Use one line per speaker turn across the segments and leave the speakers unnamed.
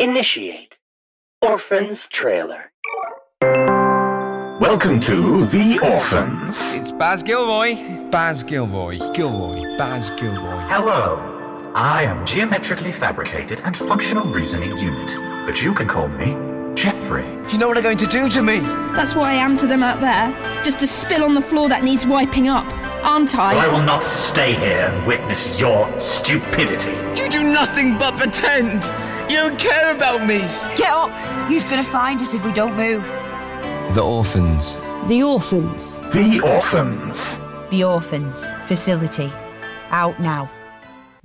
Initiate Orphan's Trailer.
Welcome to The Orphans.
It's Baz Gilroy. Baz Gilroy. Gilroy. Baz Gilroy.
Hello. I am Geometrically Fabricated and Functional Reasoning Unit, but you can call me Jeffrey.
You know what they're going to do to me?
That's what I am to them out there. Just a spill on the floor that needs wiping up, aren't
I
I?
will not stay here and witness your stupidity.
You do nothing but pretend. You don't care about me.
Get up! He's gonna find us if we don't move.
The orphans.
The Orphans.
The Orphans.
The orphans. Facility. Out now.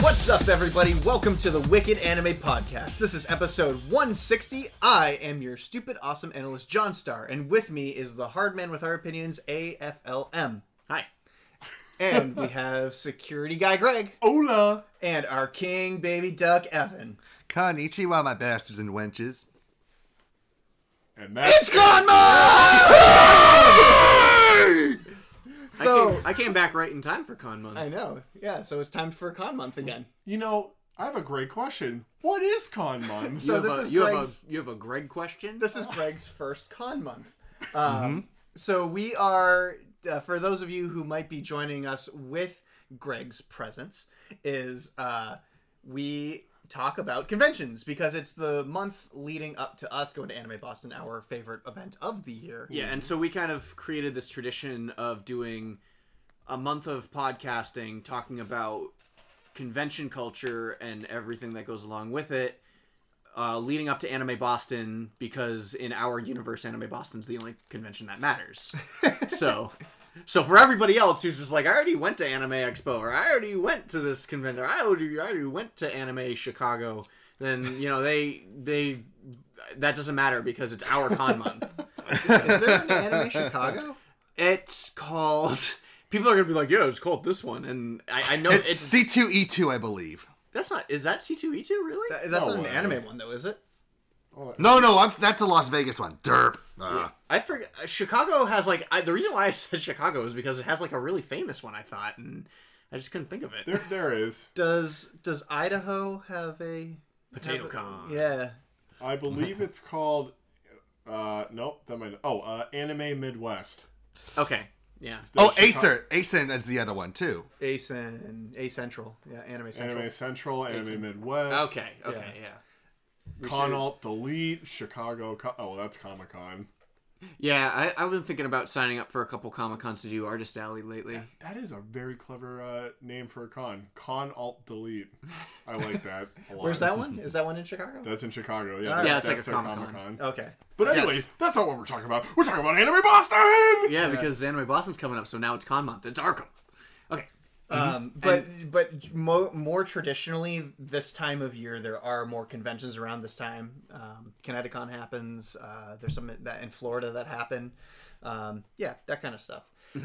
What's up, everybody? Welcome to the Wicked Anime Podcast. This is episode 160. I am your stupid, awesome analyst, John Star, and with me is the hard man with our opinions, AFLM. Hi. And we have security guy Greg.
Hola!
And our king, baby duck, Evan.
Konnichiwa, my bastards and wenches.
And that's
So,
I came back right in time for Con Month.
I know. Yeah, so it's time for con month again.
You know, I have a great question. What is con month?
So
you have
this
a,
is
you
Greg's-
have a you have a Greg question.
This is Greg's first con month.
Mm-hmm.
Um, So we are, uh, for those of you who might be joining us with Greg's presence, is uh, we talk about conventions because it's the month leading up to us going to Anime Boston, our favorite event of the year.
yeah, and so we kind of created this tradition of doing a month of podcasting, talking about convention culture and everything that goes along with it, uh, leading up to Anime Boston because in our universe, Anime Boston's the only convention that matters. so. So for everybody else who's just like, I already went to Anime Expo, or I already went to this convention, or I already, I already went to Anime Chicago, then you know they they that doesn't matter because it's our con month.
Is there an Anime Chicago?
It's called. People are gonna be like, "Yeah, it's called this one," and I, I know
It's
it's,
C2E2, I believe.
that's not. Is that C two E two really?
That- That's
No
not an
way.
anime one, though, is it?
No, no, I'm, that's a Las Vegas one. Derp. Uh,
I forget. Chicago has like I, the reason why I said Chicago is because it has like a really famous one. I thought, and I just couldn't think of it.
There, there is.
Does Does Idaho have a
Potato
have a-
Con.
Yeah.
I believe it's called. Uh, nope. That might. Oh, uh, Anime Midwest.
Okay. Yeah.
oh, Acer. Acer is the other one, too.
ASEN, A Central. Yeah, Anime Central.
Anime Central. Anime Midwest.
Okay. Okay. Yeah.
Con Alt Delete. Chicago. Con- oh, that's Comic Con.
Yeah. I I've been thinking about signing up for a couple Comic Cons to do Artist Alley lately.
That is a very clever uh, name for a con. Con Alt Delete. I like that. A lot.
Where's that one? Is that one in Chicago?
That's in Chicago. Yeah.
Yeah,
that's
it's like a
their
Comic-Con.
Comic-Con.
Okay.
But anyway, that's not what we're talking about. We're talking about Anime Boston.
Yeah, because Anime Boston's coming up, so now it's Con Month. It's Arkham. Okay. Mm-hmm.
Um, but but mo- more traditionally, this time of year there are more conventions around this time. Um, Kineticon happens. Uh, there's some that in Florida that happen. Um, yeah, that kind of stuff.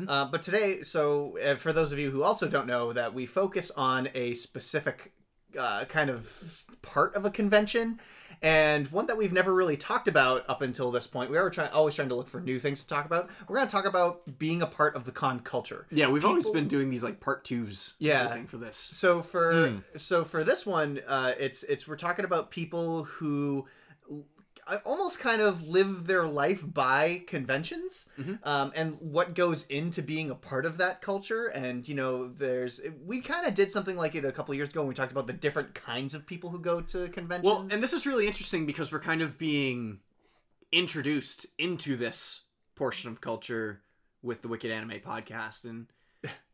Uh, but today, so uh, for those of you who also don't know, that we focus on a specific uh, kind of part of a convention,
and one that we've never really talked about up until this point. We are trying, always trying to look for new things to talk about. We're going to talk about being a part of the con culture.
Yeah, we've always
People-
been doing these like part twos.
Yeah.
I think, for this. Hmm.
So for so for this one, uh, it's it's we're talking about people who l- almost kind of live their life by conventions
Mm-hmm.
um, and what goes into being a part of that culture and you know there's we kind of did something like it a couple years ago when we talked about the different kinds of people who go to conventions
Well, and this is really interesting because we're kind of being introduced into this portion of culture with the Wicked Anime podcast, and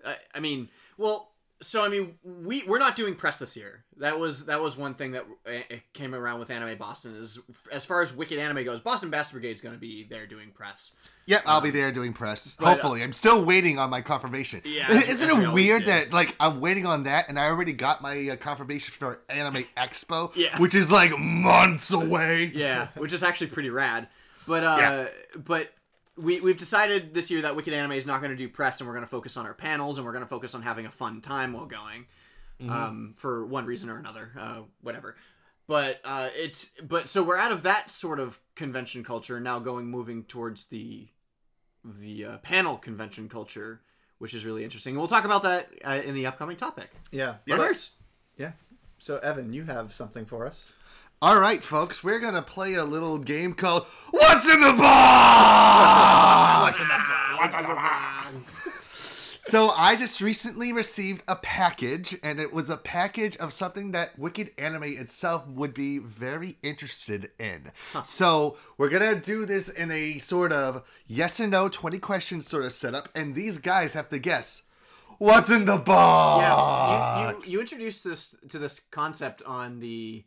I, I mean, well, so I mean, we we're not doing press this year. That was that was one thing that uh, it came around with Anime Boston is as far as Wicked Anime goes, Boston Bass Brigade's going to be there doing press.
Yep, I'll be there doing press.
but, uh,
Hopefully, I'm still waiting on my confirmation.
Yeah, as-
isn't
as we
it
always
weird
do.
that like I'm waiting on that, and I already got my uh, confirmation for Anime Expo,
Yeah.
which is like months away.
yeah, which is actually pretty rad. But uh, but we we've decided this year that Wicked Anime is not going to do press, and we're going to focus on our panels, and we're going to focus on having a fun time while going, um, for one reason or another, uh, whatever. But uh, it's but so we're out of that sort of convention culture now, going moving towards the the uh, panel convention culture, which is really interesting. And we'll talk about that uh, in the upcoming topic.
yeah
Yes.
Let's- yeah so evan you have something for us
All right, folks, we're gonna play a little game called What's in the Box. so I just recently received a package, and it was a package of something that Wicked Anime itself would be very interested in. So we're gonna do this in a sort of yes and no, twenty question sort of setup, and these guys have to guess what's in the box.
Yeah, you, you, you introduced this to this concept on the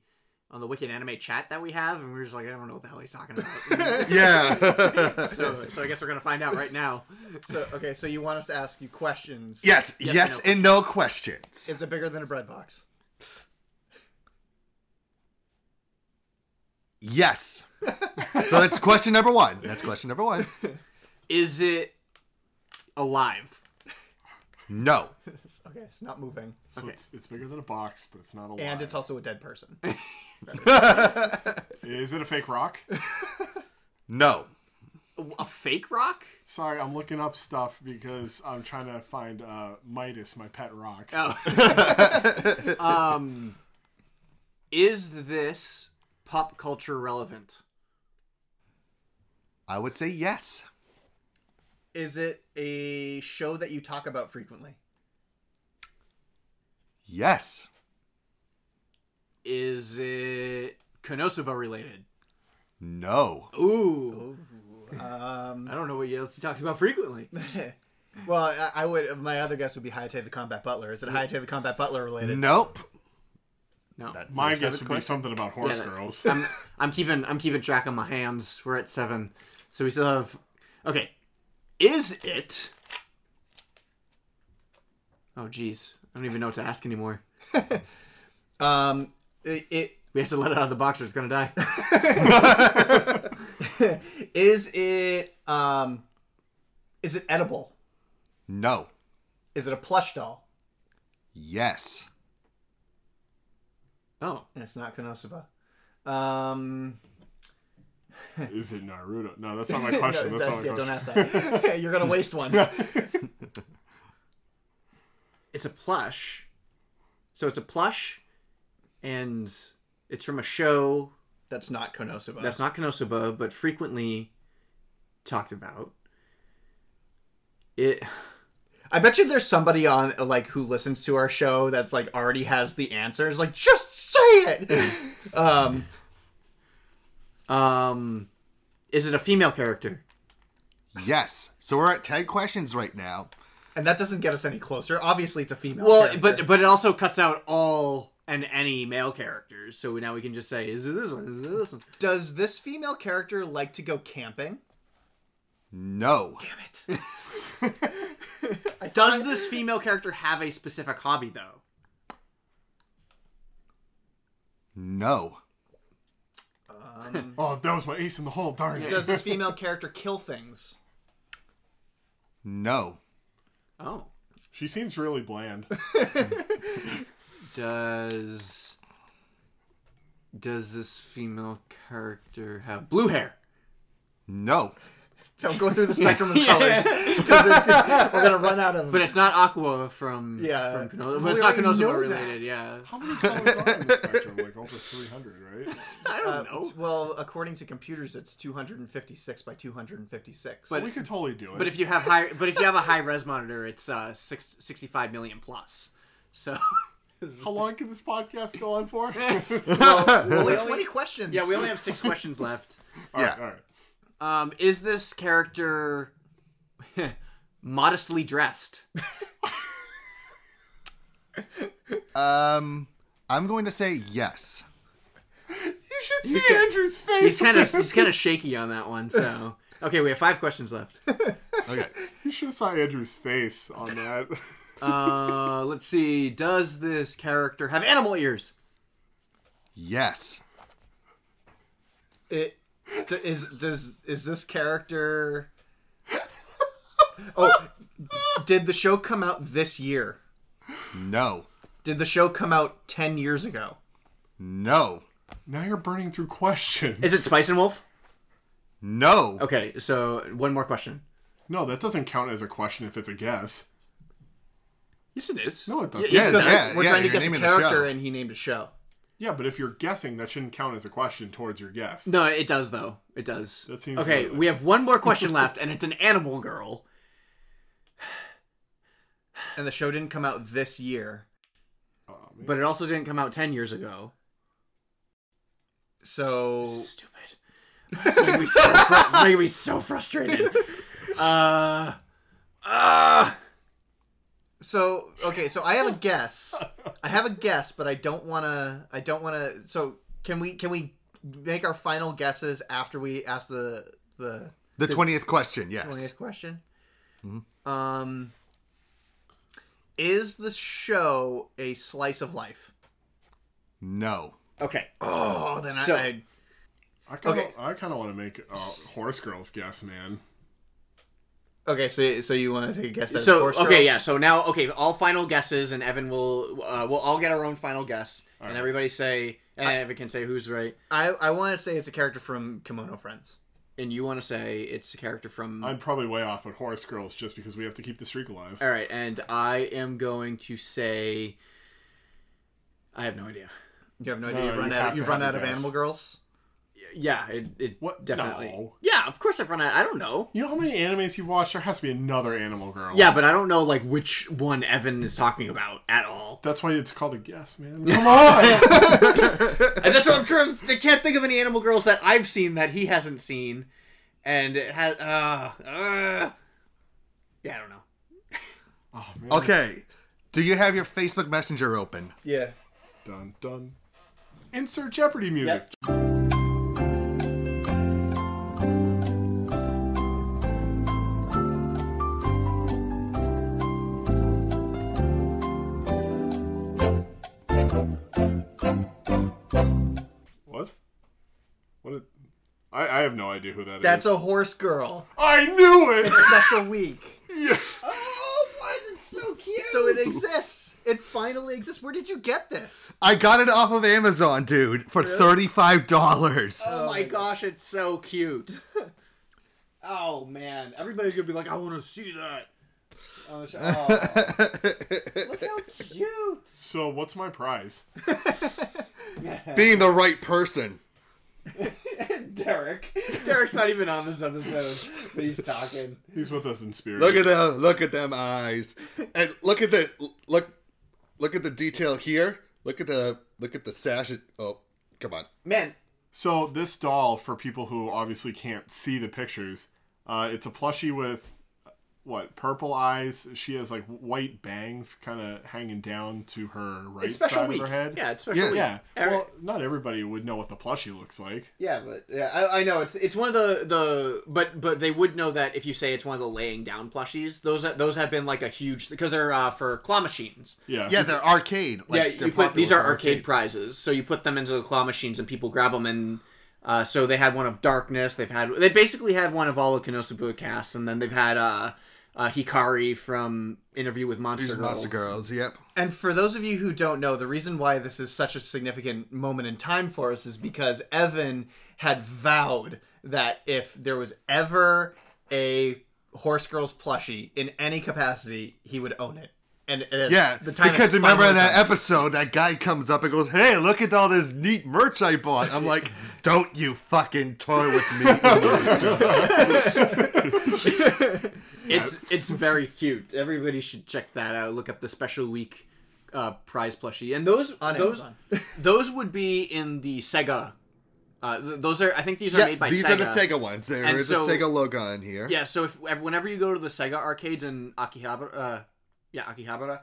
on the Wicked Anime chat that we have, and we were just like, I don't know what the hell he's talking about.
Yeah.
so, so I guess we're gonna find out right now.
so okay so you want us to ask you questions
Yes, yes, and no question.
is it bigger than a bread box
Yes. so that's question number one. That's question number one.
Is it alive?
No.
okay it's not moving
So it's, it's bigger than a box, but it's not alive.
and it's also a dead person
Is it a fake rock?
No.
A fake rock?
Sorry, I'm looking up stuff because I'm trying to find uh, Midas, my pet rock.
Oh. um, is this pop culture relevant?
I would say yes.
Is it a show that you talk about frequently?
Yes.
Is it Konosuba related?
No.
Ooh.
Um,
I don't know what else he talks about frequently.
well, I, I would. My other guess would be Hayate the Combat Butler. Is it Hayate the Combat Butler related?
Nope.
No.
That's
My
our
guess
seventh
would be
question.
something about horse
Yeah, that-
girls.
I'm, I'm keeping I'm keeping track on my hands. We're at seven, so we still have. Okay, is it? Oh geez, I don't even know what to ask anymore.
Um, it, it
We have to let it out of the box or it's gonna die.
is it. Um, is it edible?
No.
Is it a plush doll?
Yes.
Oh,
And it's not Konosuba. Um,
Is it Naruto? No, that's not my question.
no,
that's
that- yeah,
not my
don't ask
question.
that. You're gonna waste one.
it's a plush. So it's a plush, and it's from a show
That's not Konosuba.
that's not Konosuba, but frequently talked about. It.
I bet you there's somebody on like who listens to our show that's like already has the answers. Like, just say it. um,
Um, is it a female character?
Yes. So we're at 10 questions right now.
and that doesn't get us any closer. Obviously, it's a female.
Well,
character.
but but it also cuts out all and any male characters, so now we can just say, is it this one? Is it this one?
does this female character like to go camping?
No.
Damn it! I
Does
thought-
this female character have a specific hobby though?
No.
Oh, that was my ace in the hole. Darn it.
does this female character kill things?
No.
Oh,
She seems really bland.
does Does this female character have blue hair?
No. Don't go through the spectrum of
Yeah.
colors. 'cause it's- we're gonna run out of.
But it's not Aqua from
Yeah.
From Kenosha.
We
But it's not
already
Kenosha
know
but
that.
related. Yeah.
How many colors are in the spectrum? Like over 300, right?
I
uh,
don't
know.
Well, according to computers, it's 256 by 256.
But- But if you have high, but if you have a high res monitor, it's uh, six, 65 million plus. So
How long can this podcast go on for?
we only-
20 questions.
Yeah, we only have six questions left.
All right, all right.
Um, is this character modestly dressed?
Um, I'm going to say yes.
You
He's
should see
got-
Andrew's face.
He's kind of he's kind of shaky on that one. So okay, we have five questions left.
Okay.
You should have saw Andrew's face on that.
Uh, let's see. Does this character have animal ears?
Yes.
It d- is does is this character? Oh, did the show come out this year?
No.
Did the show come out ten years ago?
No.
Now you're burning through questions.
Is it Spice and Wolf?
No.
Okay, so one more question.
No, Oh, that doesn't count as a question if it's a guess.
Yes, it is.
No, it doesn't.
Yes, it does. We're trying to guess a character, and he named a show.
Yeah, but if you're guessing, that shouldn't count as a question towards your guess.
No, it does though. It does.
That seems
okay.
right.
We have one more question left, and it's an animal girl.
And the show didn't come out this year.
Oh,
But it also didn't come out ten years ago.
So
stupid. It's making me so, fru- it's making me so frustrated. Uh, uh,
so okay, so I have a guess. I have a guess, but I don't want to. I don't want to. So can we can we make our final guesses after we ask the the
The twentieth question. Yes.
20th question. Um, is the show a slice of life?
No.
Okay.
Oh, then I- I-
I kind of
Okay.
I kind of want to make uh, horse girl's guess, man.
Okay, so so you want to take a guess? At
so
Horse
okay,
Girls?
yeah. So now, okay, all final guesses, and Evan will. Uh, we'll all get our own final guess, and everybody say, and Evan can say who's right,
I I want to say it's a character from Kimono Friends.
and you want to say it's a character from.
I'm probably way off, but horse girl's just because we have to keep the streak alive.
all right, and I am going to say. I have no idea.
You have no
Uh,
No,
idea.
you
You've run
have
out.
to
You've
have
run
a
out of
guess.
Animal Girls.
Yeah, it, it
what?
definitely.
No.
Yeah, of course I've run out. I don't know.
You know how many animes you've watched? There has to be another Animal Girl.
Yeah, but I don't know like which one Evan is talking about at all.
that's why it's called a guess, man. Come on.
and that's what I'm trying. I can't think of any Animal Girls that I've seen that he hasn't seen, and it has. Uh, uh, yeah, I don't know.
Okay. Do you have your Facebook Messenger open?
Yeah.
dun dun. Insert Jeopardy music. What? What? Did... I I have no idea who that is.
That's a horse girl.
I knew it.
It's special week.
Yes.
Oh, why is it so cute? So it exists. It finally exists. Where did you get this?
I got it off of Amazon, dude, for
Really?
thirty-five dollars.
Oh, my gosh, it's so cute. oh man, everybody's gonna be like, I want to see that. Oh, sh- oh. Look how cute.
So what's my prize?
Being the right person.
Derek. Derek's not even on this episode, but he's talking.
He's with us in spirit.
Look at them. Look at them eyes. And look at the look. Look at the detail here. Look at the look at the sash. Oh, come on.
Man,
So this doll, for people who obviously can't see the pictures, uh, it's a plushie with what purple eyes. She has like white bangs, kind of hanging down to her right
It's special
side
week.
of her head.
Yeah, it's special Yes. week.
Yeah.
Every-
Well, not everybody would know what the plushie looks like.
Yeah, but yeah, I, I know it's it's one of the the but but they would know that if you say it's one of the laying down plushies. Those are- those have been like a huge because they're uh, for claw machines.
Yeah.
Yeah, they're arcade. Like,
yeah, you put these are arcade prizes, so you put them into the claw machines and people grab them and. Uh, so they had one of darkness. They've had they basically had one of all of Konosuba casts, and then they've had uh, uh, Hikari from Interview with Monster
Interview with
Girls.
Monster Girls, yep.
And for those of you who don't know, the reason why this is such a significant moment in time for us is because Evan had vowed that if there was ever a Horse Girls plushie in any capacity, he would own it. And, and
Yeah,
the time
because
has
remember in
finally
that
come.
episode, that guy comes up and goes, "Hey, look at all this neat merch I bought." I'm like, "Don't you fucking toy with me!"
It's it's very cute. Everybody should check that out. Look up the special week uh, prize plushie, and those
On
those
Amazon.
those would be in the Sega. Uh, th- those are I think these are
Yeah,
made by
these
Sega.
are the Sega ones. There
And
is
so-
a Sega logo on here.
Yeah, so if ev- whenever you go to the Sega arcades in Akihabara, uh, yeah, Akihabara,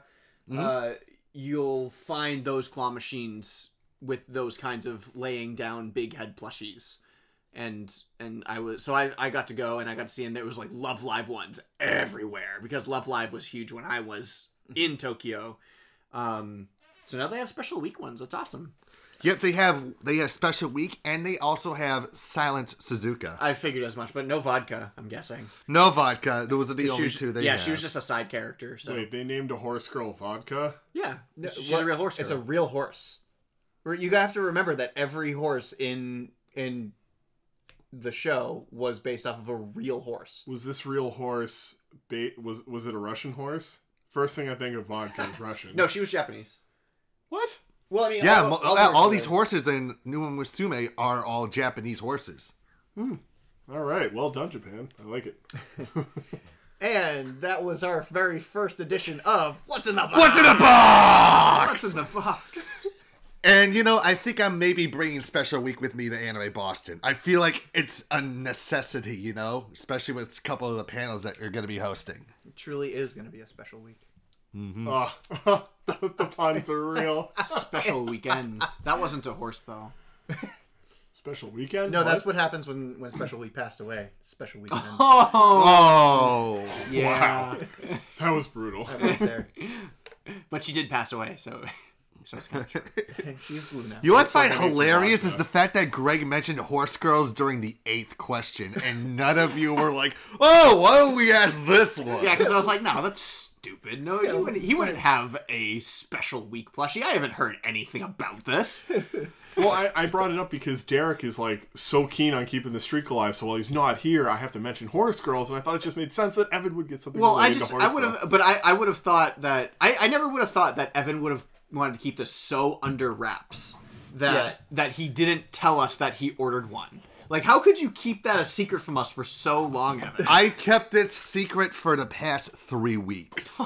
uh,
Mhm.
you'll find those claw machines with those kinds of laying down big head plushies. And and I was so I, I got to go and I got to see and there was like Love Live ones everywhere because Love Live was huge when I was in Tokyo. Um, so now they have special week ones. That's awesome.
Yep, they have they have special week, and they also have Silent Suzuka.
I figured as much, but no vodka. I'm guessing.
No vodka. Those are the
She
only
was-
two they
yeah,
have.
she was just a side character. So
Wait, they named a horse girl vodka?
Yeah,
No,
she's
what-
a real horse.
It's
girl.
a real horse. Where You have to remember that every horse in in the show was based off of a real horse.
Was this real horse bait? Was was it a Russian horse? First thing I think of vodka is Russian.
No, she was Japanese.
What?
Well, I mean,
yeah,
all,
mo-
all
"Oh,
yeah, all,
horses
these
are.
horses in New Musume are all Japanese horses.
All right, well done, Japan. I like it.
And that was our very first edition of What's in the Box?
What's in the box?
What's in the Box?
And you know, I think I'm maybe bringing Special Week with me to Anime Boston. I feel like it's a necessity, you know, especially with a couple of the panels that you're going to be hosting.
It truly is going to be a special week.
Oh, the, the puns are real.
Special weekend. That wasn't a horse though.
Special weekend?
No, that's what happens when when Special Week passed away. Special Week. ended.
Oh,
Oh, Yeah.
Wow. That was brutal.
That went there.
But she did pass away, so so it's kind of true.
She's blue now.
You know what I find hilarious is the fact that Greg mentioned horse girls during the eighth question, and none of you were like, "Oh, why don't we ask this one?"
Yeah, because I was like, no, that's stupid. No, he wouldn't. He wouldn't have a special week plushie. I haven't heard anything about this.
Well, I, I brought it up because Derek is like so keen on keeping the streak alive. So while he's not here, I have to mention Horse Girls, and I thought it just made sense that Evan would get something.
Well, I
related to
just
Horse
I would
Girls.
have, but I I would have thought that I I never would have thought that Evan would have wanted to keep this so under wraps that
Yeah.
that he didn't tell us that he ordered one. Like, how could you keep that a secret from us for so long, Evan?
I kept it secret for the past three weeks.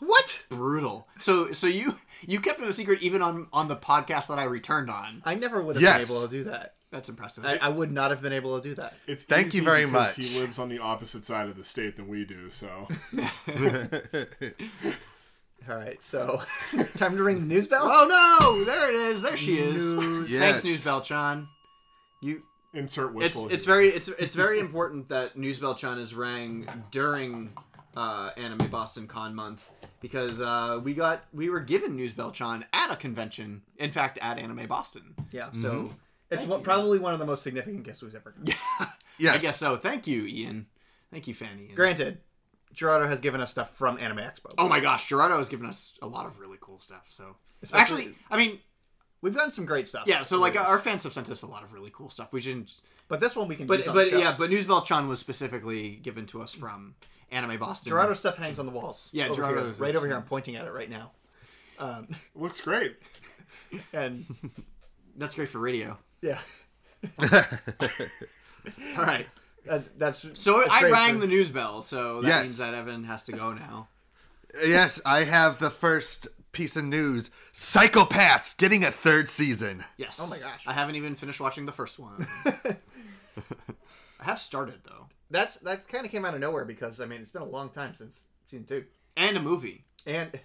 What? Brutal. So so you you kept it a secret even on on the podcast that I returned on.
I never would have
Yes.
been able to do that.
That's impressive.
I, I would not have been able to do that.
It's
Thank you
easy
very
because
much.
He lives on the opposite side of the state than we do, so
All right, so time to ring the news bell.
oh no! There it is. There she is.
Yes.
Thanks, News Beltran. You
insert
it's
whistle.
it's
here.
very it's it's very important that News Beltran is rang during uh, Anime Boston Con month because uh, we got we were given News Beltran at a convention. In fact, at Anime Boston.
Yeah,
So
it's one, probably one of the most significant gifts we've ever gotten.
Yes,
I guess so. Thank you, Ian. Thank you, Fanny. And-
Granted, Gerardo has given us stuff from Anime Expo.
Oh my gosh, Gerardo has given us a lot of really cool stuff. So
Especially-
actually, I mean,
we've gotten some great stuff.
yeah. So like our fans have sent us a lot of really cool stuff. We shouldn't.
but this one we can.
But
use on
but
the show.
yeah, but News Beltran was specifically given to us from Anime Boston.
Gerardo's stuff hangs on the walls.
Yeah,
over
Gerardo's
here,
is-
right over here. I'm pointing at it right now, Um,
looks great.
and
That's great for radio.
yeah,
All right.
that's that's.
So
that's
I
great
rang
for-
the news bell, so that
Yes.
means that Evan has to go now.
yes. I have the first piece of news: Psychopaths getting a third season.
Yes.
Oh my gosh.
I haven't even finished watching the first one. I have started though,
That's that's kind of came out of nowhere because I mean it's been a long time since season two
and a movie.
and.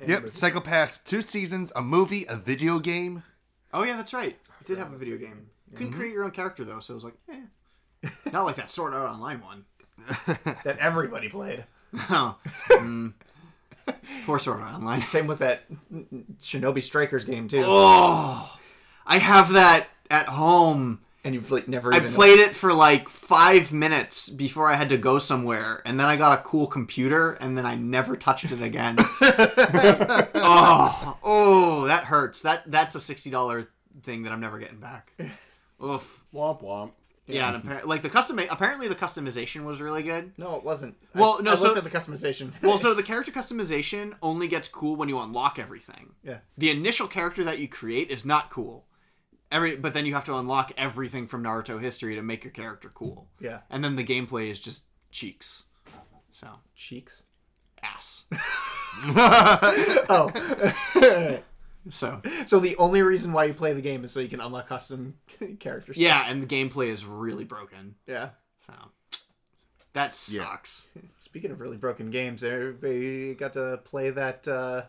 and
Yep, Psychopaths, two seasons, a movie, a video game.
Oh yeah, that's right. It did have a video game. You couldn't
Mm-hmm.
create your own character though, so it was like, eh. Not like that Sword Art Online one.
that everybody played.
Oh. Mm. Poor Sword Art Online.
Same with that Shinobi Strikers game too.
Oh, I have that at home,
and you've like never.
I
even
played it for like five minutes before I had to go somewhere, and then I got a cool computer, and then I never touched it again. oh, oh, that hurts. That that's a sixty dollar thing that I'm never getting back. Oof.
Womp womp.
Yeah, and appar- like the custom. Apparently, the customization was really good.
No, it wasn't. I-
Well, no.
I
so
looked at the customization.
well, so the character customization only gets cool when you unlock everything.
Yeah.
The initial character that you create is not cool. Every but then you have to unlock everything from Naruto history to make your character cool.
Yeah.
And then the gameplay is just cheeks. So
cheeks,
ass.
oh.
so
So the only reason why you play the game is so you can unlock custom characters.
yeah, and the gameplay is really broken.
Yeah.
So that sucks.
Speaking of really broken games, everybody got to play that uh,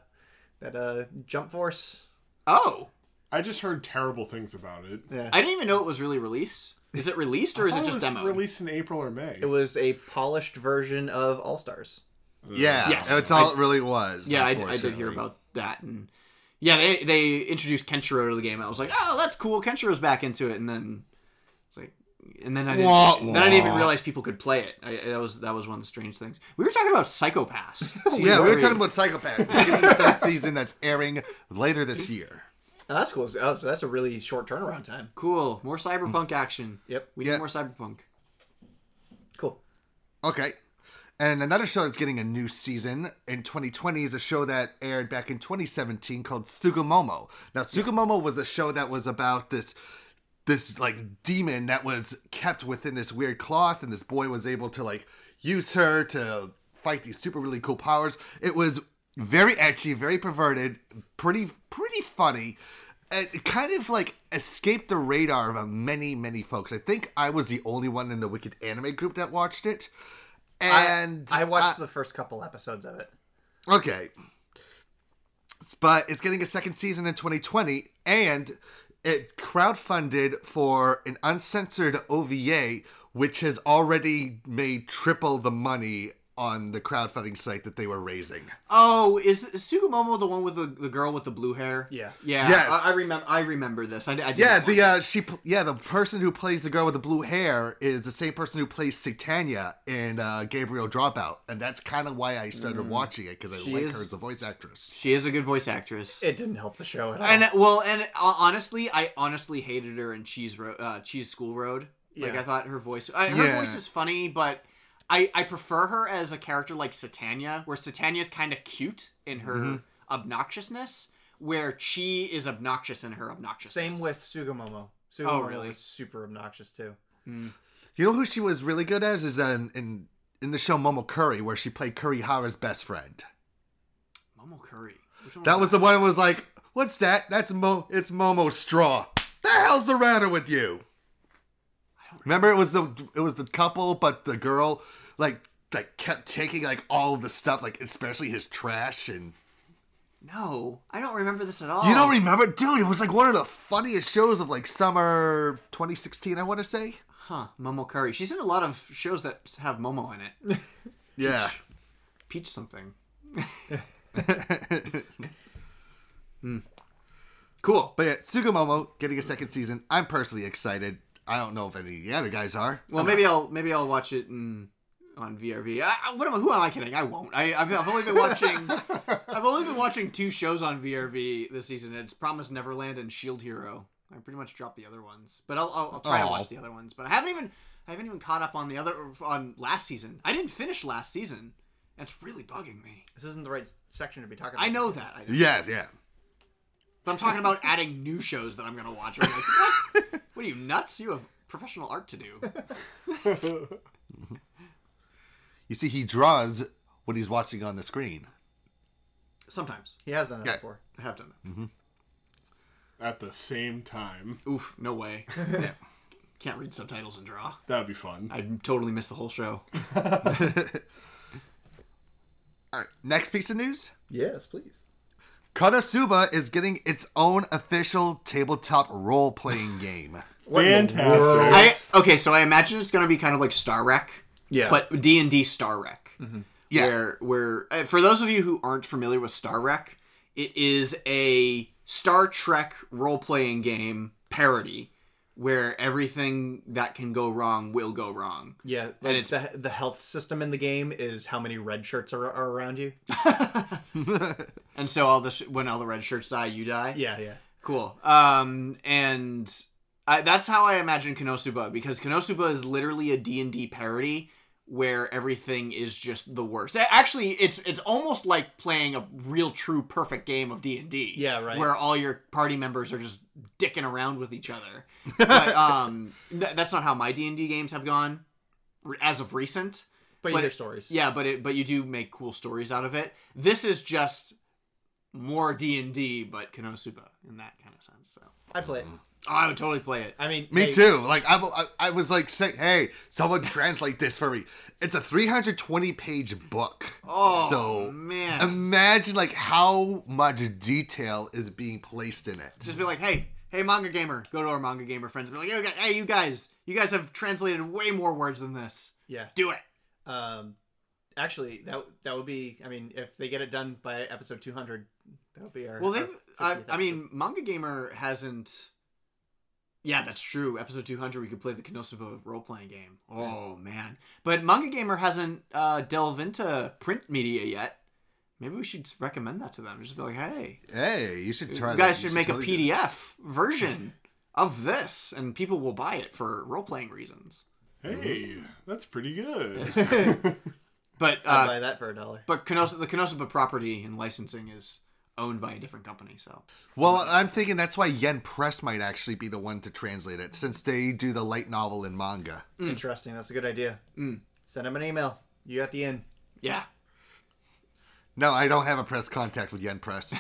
that uh, Jump Force.
Oh.
I just heard terrible things about it.
Yeah.
I didn't even know it was really released. Is it released or
Oh,
is it just demo?
Released in April or May.
It was a polished version of All Stars.
Uh,
Yeah, that's all it really was,
Yeah, I, I did hear
unfortunately.
about that, and yeah, they they introduced Kenshiro to the game. I was like, oh, that's cool. Kenshiro's back into it, and then it's like, and then I didn't,
Wah,
then I didn't even
wah.
realize people could play it. I, that was that was one of the strange things. We were talking about psychopaths.
yeah, we were talking about Psychopaths, the beginning of that season that's airing later this year.
Oh, that's cool. Oh, so that's a really short turnaround time.
Cool. More cyberpunk action.
Yep.
We need more cyberpunk.
Cool.
Okay. And another show that's getting a new season in 2020 is a show that aired back in 2017 called Sugumomo. Now, Sugumomo was a show that was about this this like demon that was kept within this weird cloth and this boy was able to like use her to fight these super really cool powers. It was very edgy, very perverted, pretty pretty funny. And it kind of like escaped the radar of many, many folks. I think I was the only one in the Wicked anime group that watched it. And
I, I watched the first couple episodes of it.
Okay. It's- But it's getting a second season in 2020, and it crowdfunded for an uncensored OVA, which has already made triple the money on the crowdfunding site that they were raising.
Oh, is, is Sugumomo the one with the, the girl with the blue hair? Yeah. Yeah.
Yes.
I, I remember. I remember this. I, I didn't
Yeah,
watch
the uh, she pl- yeah the person who plays the girl with the blue hair is the same person who plays Satania in uh, Gabriel Dropout, and that's kind of why I started
Mm.
watching it because I
She
like
is-
her as a voice actress.
She is a good voice actress.
It didn't help the show at all.
And uh, well, and uh, honestly, I honestly hated her in Cheese Ro- uh, Cheese School Road. Like
Yeah.
I thought her voice, I, her
Yeah.
voice is funny, but I I prefer her as a character like Satania, where Satania is kind of cute in her
Mhm.
Mm-hmm.
obnoxiousness, where Chi is obnoxious in her obnoxiousness.
Same with Sugamomo. Sugamomo
Oh, really?
was super obnoxious too.
You know who she was really good as is in in, in the show Momo Curry, where she played Kurihara's best friend.
Momo Curry. Which one
That was the one who was like, "What's that? That's Mo. It's Momo Straw. The hell's the matter with you?" Remember, it was the it was the couple, but the girl like like kept taking like all of the stuff, like especially his trash and.
No, I don't remember this at all.
You don't remember, dude? It was like one of the funniest shows of like summer 2016, I want to say.
Huh? Momo Curry. She's in a lot of shows that have Momo in it.
Yeah.
Peach something. Cool.
But yeah, Tsugamomo getting a second season. I'm personally excited. I don't know if any of the other guys are.
Uh-huh.
Well, maybe I'll maybe I'll watch it in, on VRV. I, I- what am I, who am I kidding? I won't. I, I've, I've only been watching. I've only been watching two shows on VRV this season. It's Promise Neverland and Shield Hero. I pretty much dropped the other ones, but I'll I'll, I'll try to
Aw.
watch the other ones. But I haven't even I haven't even caught up on the other on last season. I didn't finish last season. That's really bugging me.
This isn't the right section to be talking. about.
I know that. I know.
Yes, yeah.
But I'm talking about adding new shows that I'm gonna watch. I'm like, what? What are you nuts? You have professional art to do.
You see, he draws what he's watching on the screen.
Sometimes
he has done that
Yeah.
before.
I have done
Mm-hmm.
At the same time.
Oof, no way. that. Can't read subtitles and draw.
That'd be fun.
I'd totally miss the whole show.
All right, next piece of news.
Yes, please.
Konosuba is getting its own official tabletop role playing game.
I, okay, so I imagine it's going to be kind of like Star Trek.
Yeah.
But D and D Star Trek.
Yeah.
Where, where uh, for those of you who aren't familiar with Star Trek, it is a Star Trek role playing game parody where everything that can go wrong will go wrong.
Yeah, like
And it's-
the, the health system in the game is how many red shirts are, are around you.
And so all the sh- when all the red shirts die, you die.
Yeah, yeah.
Cool. Um, and I, that's how I imagine Konosuba because Konosuba is literally a D and D parody where everything is just the worst. A- Actually, it's it's almost like playing a real, true, perfect game of D and D.
Yeah, right.
Where all your party members are just dicking around with each other. But um, th- that's not how my D and D games have gone re- as of recent.
But you hear
it-
stories.
Yeah, but it but you do make cool stories out of it. This is just more D and D, but Konosuba in that kind of sense. So
I play it.
Oh, I would totally play it.
I mean,
Me too. Like I'm, I, I was like saying, "Hey, someone translate this for me." It's a 320 page book.
Oh,
so
man.
Um, imagine like how much detail is being placed in it.
Just be like, hey, hey, manga gamer, go to our manga gamer friends. And be like, "Yo, gu- hey, you guys, you guys have translated way more words than this.
Yeah.
Do it.
Um, actually, that that would be. I mean, if they get it done by episode 200, that would be our.
Well,
our
they've. I,
50th
I mean, manga gamer hasn't. Yeah, that's true. Episode 200, we could play the Konosuba role playing game. Oh, man. But Manga Gamer hasn't uh, delved into print media yet. Maybe we should recommend that to them. Just be like, hey,
Hey, you should try.
you
that.
guys should make
totally
a
do this.
PDF version of this, and people will buy it for role playing reasons.
Hey, that's pretty good.
But
I'd
uh,
buy that for a dollar.
but Konos- the Konosuba property and licensing is owned by a different company. So
Well, I'm thinking that's why Yen Press might actually be the one to translate it, since they do the light novel and manga.
Mm. Interesting. That's a good idea. Send them an email. You got the in.
Mm. yeah,
No, I don't have a press contact with Yen Press.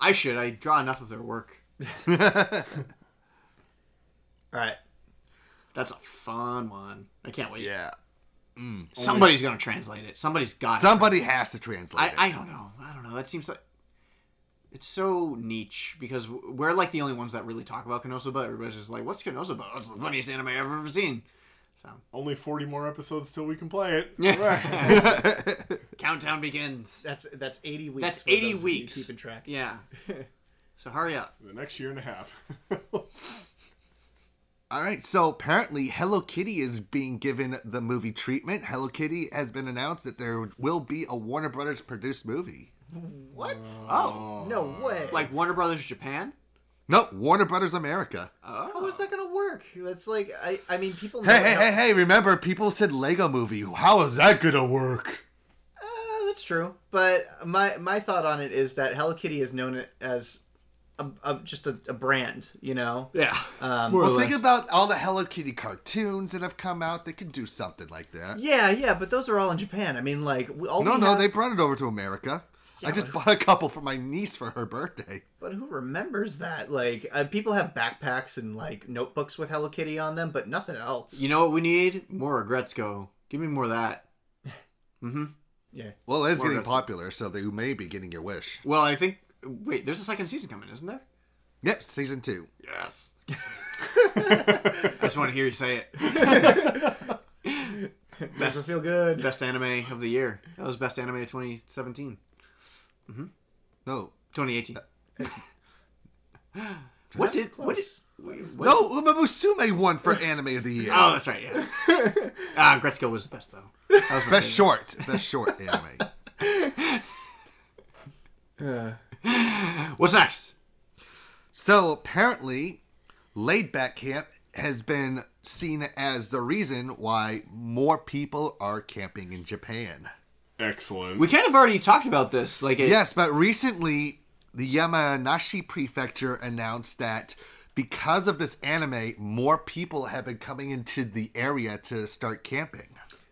I should. I draw enough of their work.
All right.
That's a fun one. I can't wait.
Yeah.
Somebody's gonna translate it. Somebody's got
Somebody
it.
has to translate.
I,
it.
I don't know. I don't know. That seems like it's so niche because we're like the only ones that really talk about Konosuba. Everybody's just like, "What's Konosuba? Oh, It's the funniest anime I've ever seen."
Only 40 more episodes till we can play it.
Yeah.
Right.
Countdown begins.
That's that's 80 weeks.
That's
for
80
those of you
weeks.
Keeping track.
Yeah. so hurry up.
the next year and a half.
All right, so apparently Hello Kitty is being given the movie treatment. Hello Kitty has been announced that there will be a Warner Brothers produced movie.
What?
Oh.
No way.
Like Warner Brothers Japan? Oh.
No, Warner Brothers America.
How is that gonna work? That's like I. I mean, people.
Hey,
know
hey,
how-
hey, hey, remember people said Lego movie. How is that going to work?
Uh, that's true. But my my thought on it is that Hello Kitty is known as a, a, just a, a brand. You know.
Yeah.
Um,
well, think about all the Hello Kitty cartoons that have come out. They could do something like that.
Yeah, yeah, but those are all in Japan. I mean, like we, all
no,
we
no,
have-
they brought it over to America. I just bought a couple for my niece for her birthday.
But who remembers that? Like uh, people have backpacks and like notebooks with Hello Kitty on them, but nothing else.
You know what we need? More Gretzko. Give me more of that. Mm-hmm.
Yeah.
Well, it's
Well,
getting
that's-
popular, so they may be getting your wish.
Well, I think. Wait, there's a second season coming, isn't there?
Yep, season two.
Yes. I just want to hear you say it.
Makes me feel good.
Best anime of the year. That was best anime of Mm-hmm. 2017.
No,
2018. what did. What did.
Close.
wait, what-
no, Uma Musume won for anime of the year.
Oh, that's right, yeah. Ah, Gretzko was the best, though. That was my
Best
favorite.
short, best short anime.
What's next?
So apparently, laid back camp has been seen as the reason why more people are camping in Japan.
Excellent.
We kind of already talked about this. Like, it,
Yes, but recently the Yamanashi prefecture announced that because of this anime, more people have been coming into the area to start camping.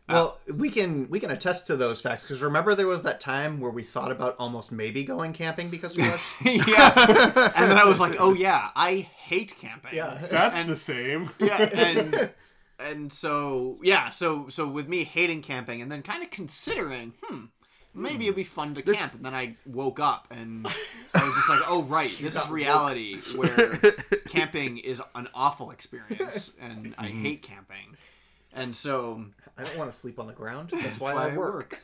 Well, we can we can attest to those facts because remember there was that time where we thought about almost maybe going camping because we watched.
yeah. and then I was like, oh yeah, I hate camping. Yeah.
That's the same.
Yeah. And and so yeah, so so with me hating camping and then kind of considering, hmm, maybe it'd be fun to camp. And then I woke up and I was just like, oh right, this is reality where camping is an awful experience and I
Mm-hmm.
hate camping. And so
I don't want to sleep on the ground. That's, why,
why
I
I
work.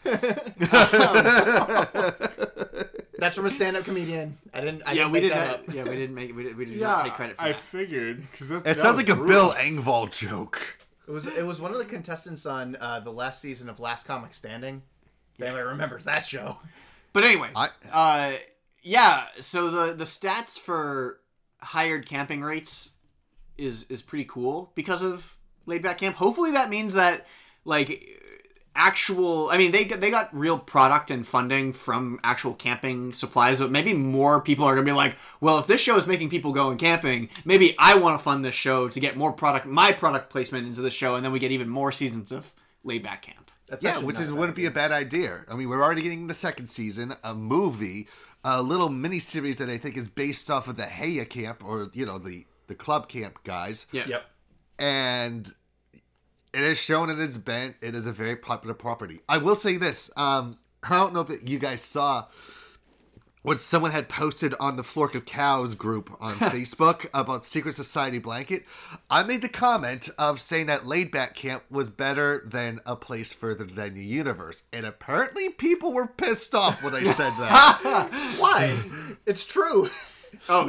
That's from a stand-up comedian. I didn't. I
yeah,
didn't
we
make
didn't.
that up.
yeah, we didn't make. We did, we did
Yeah,
not take credit for
I
that.
figured because
It sounds like a Bill Engvall joke.
It was it was one of the contestants on uh, the last season of Last Comic Standing. If anybody remembers that show.
But anyway, uh, yeah. So the the stats for hired camping rates is is pretty cool because of laid back camp. Hopefully that means that like actual. I mean they they got real product and funding from actual camping supplies. But maybe more people are gonna be like, well, if this show is making people go and camping, maybe I want to fund this show to get more product, my product placement into the show, and then we get even more seasons of laid back camp.
yeah, which is wouldn't be a bad idea. I mean, we're already getting the second season, a movie, a little mini series that I think is based off of the Heya Camp or you know the the club camp guys.
Yeah. Yep.
And it is shown and it's been it is a very popular property. I will say this. Um, I don't know if you guys saw what someone had posted on the Flork of Cows group on Facebook about Secret Society Blanket, I made the comment of saying that Laid Back Camp was better than A Place Further Than the Universe. And apparently people were pissed off when I said that.
Why? It's true.
Oh,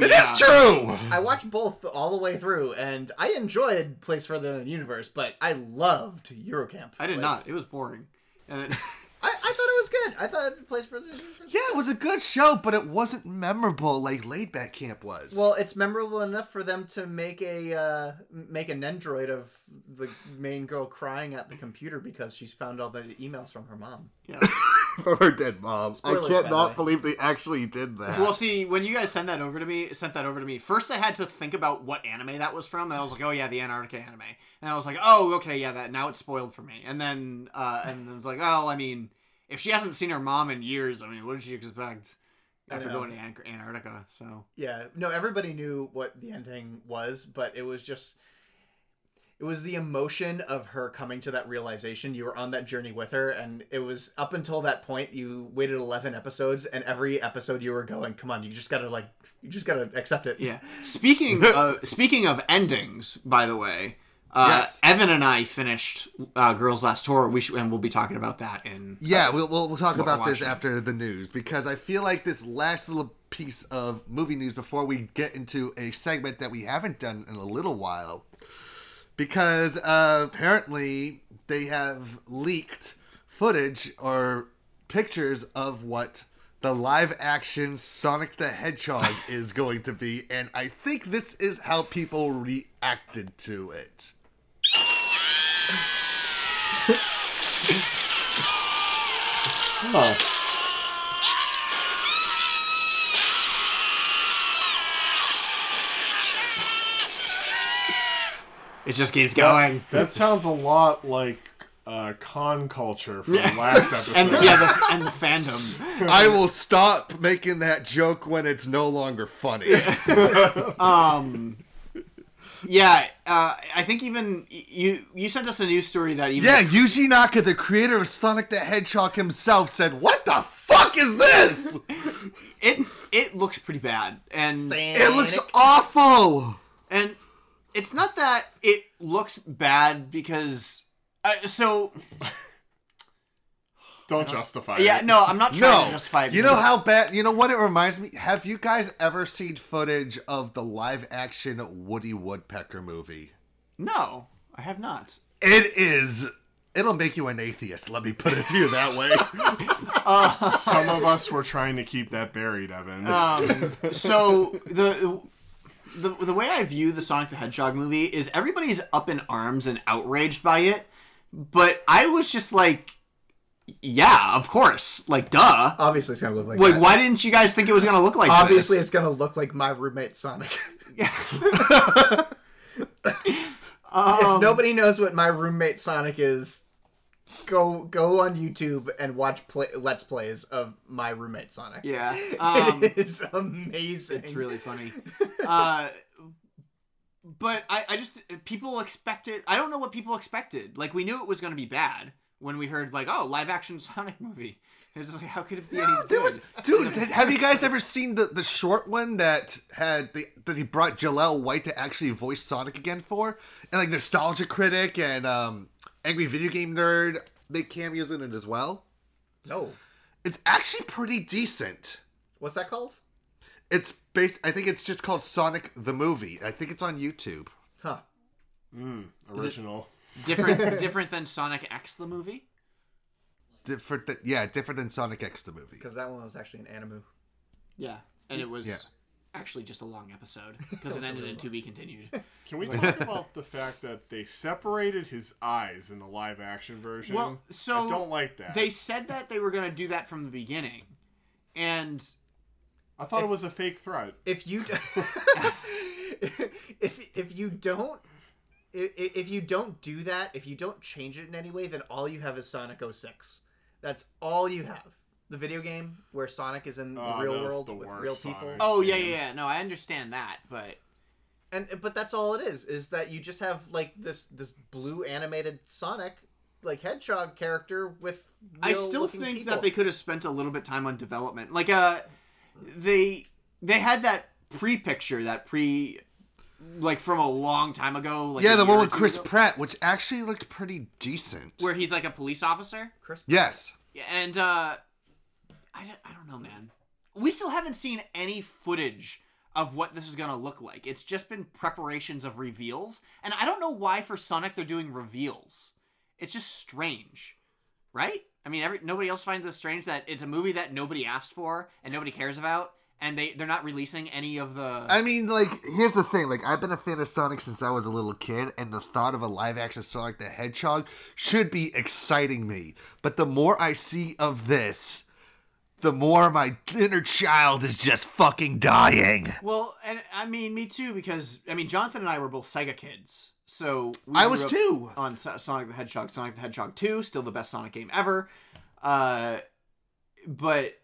It yeah. is true!
I watched both all the way through, and I enjoyed Place Further Than the Universe, but I loved Eurocamp.
I did
Like,
not. It was boring. And then,
I, I thought it was good. I thought Place Further Than the Universe.
yeah, it was a good show, but it wasn't memorable like Laid Back Camp was.
Well, it's memorable enough for them to make a uh, make an android of the main girl crying at the computer because she's found all the emails from her mom.
Yeah.
For her dead mom.
Spoilers,
I
by the way.
cannot believe they actually did that.
well, see, when you guys sent that over to me, sent that over to me. First, I had to think about what anime that was from, and I was like, "Oh yeah, the Antarctica anime." And I was like, "Oh, okay, yeah, that." Now it's spoiled for me. And then, uh, and then I was like, "Oh, I mean, if she hasn't seen her mom in years, I mean, what did she expect
I
after
know.
going to An- Antarctica?" So
Yeah, no, everybody knew what the ending was, but it was just it was the emotion of her coming to that realization. You were on that journey with her, and it was up until that point you waited eleven episodes, and every episode you were going, "Come on, you just gotta like, you just gotta accept it."
Yeah. Speaking of speaking of endings, by the way, uh,
Yes.
Evan and I finished uh, Girls Last Tour. We should, and we'll be talking about that in
Yeah, we'll, we'll, we'll talk
What we're
about this
watching.
after the news because I feel like this last little piece of movie news before we get into a segment that we haven't done in a little while because uh, apparently they have leaked footage or pictures of what the live action Sonic the Hedgehog is going to be, and I think this is how people reacted to it.
It just keeps going.
That sounds a lot like uh, con culture from last episode.
and yeah, the, and the fandom.
I will stop making that joke when it's no longer funny.
um yeah uh, i think even y- you you sent us a news story that even
yeah, Yuji Naka, the creator of Sonic the Hedgehog himself, said, "What the fuck is this?
it it looks pretty bad and
It looks awful."
and it's not that it looks bad because uh, so
Don't justify
yeah
it.
no i'm not trying
No,
to justify it
you know
because-
how bad. You know what it reminds me. Have you guys ever seen footage of the live-action Woody Woodpecker movie?
no i have not
It is. It'll make you an atheist. Let me put it to you that way.
Some of us were trying to keep that buried, Evan.
Um, so the the the way I view the Sonic the Hedgehog movie is everybody's up in arms and outraged by it, but I was just like, yeah, of course, like duh.
Obviously, it's gonna look like.
Like,
that.
why didn't you guys think it was gonna look like
Obviously,
this?
it's gonna look like my roommate Sonic.
Um,
if nobody knows what my roommate Sonic is, go go on YouTube and watch play, let's plays of my roommate Sonic.
Yeah, um,
it is amazing.
it's really funny. Uh, but I, I just people expected. I don't know what people expected. Like we knew it was gonna be bad when we heard like, oh, live action Sonic movie. It's just like, how could it be any
There
good?
was, dude. th- Have you guys ever seen the the short one that had the that he brought Jalel White to actually voice Sonic again for, and like Nostalgia Critic and um Angry Video Game Nerd made cameos in it as well.
No.
It's actually pretty decent.
What's that called?
It's based. I think it's just called Sonic the Movie. I think it's on YouTube.
Huh.
Mm, original.
Different, different than Sonic X the movie.
different. Th- yeah, different than Sonic X the movie.
Because that one was actually an animu.
Yeah, and it was
Yeah.
actually just a long episode because it
was a
ended
really
in to be continued.
Can we talk about the fact that they separated his eyes in the live action version?
Well, so
I don't like that.
They said that they were going to do that from the beginning, and
I thought it was a fake threat.
If you if if you don't i- i- if you don't do that, if you don't change it in any way, then all you have is Sonic 06. That's all you have. The video game where Sonic is in the
Ah,
Oh,
real
that's
world
the
with
worst
real people.
Sonic Oh, yeah, game. yeah, yeah. No, I understand that, but
and but that's all it is is that you just have like this this blue animated Sonic like hedgehog character with
I still
real-looking
think
people.
that they could have spent a little bit time on development. Like uh they they had that pre picture, that pre like from a long time ago. Like
yeah,
a
the
year
one
or
with
two
Chris
ago,
Pratt, which actually looked pretty decent.
where he's like a police officer. Chris
Yes.
and uh I don't, I don't know, man. We still haven't seen any footage of what this is going to look like. It's just been preparations of reveals, and I don't know why for Sonic they're doing reveals. It's just strange, right? I mean, every nobody else finds this strange that it's a movie that nobody asked for and nobody cares about, and they they're not releasing any of the.
I mean, like, here's the thing. Like, I've been a fan of Sonic since I was a little kid, and the thought of a live action Sonic the Hedgehog should be exciting me. But the more I see of this, the more my inner child is just fucking dying.
Well, and I mean, me too, because I mean, Jonathan and I were both Sega kids, so
I was
too on Sa- Sonic the Hedgehog. Sonic the Hedgehog Two, still the best Sonic game ever. Uh, but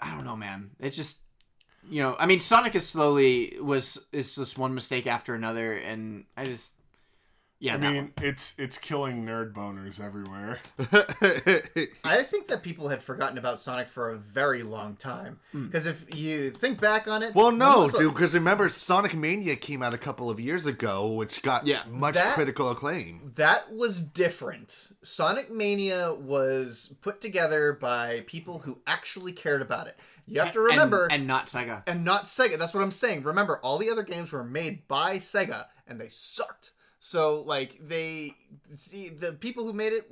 I don't know, man. It's just you know, I mean, Sonic is slowly was is just one mistake after another, and I just yeah.
I
that
mean,
one.
it's it's killing nerd boners everywhere.
I think that people had forgotten about Sonic for a very long time. Because if you think back on it,
Well,
when
no,
was the-
dude, because remember, Sonic Mania came out a couple of years ago, which got
Yeah.
much
That-
critical acclaim.
that was different. Sonic Mania was put together by people who actually cared about it. You have to
And-
remember,
and not Sega.
and not Sega. That's what I'm saying. Remember, all the other games were made by Sega, and they sucked. So, like, they see the people who made it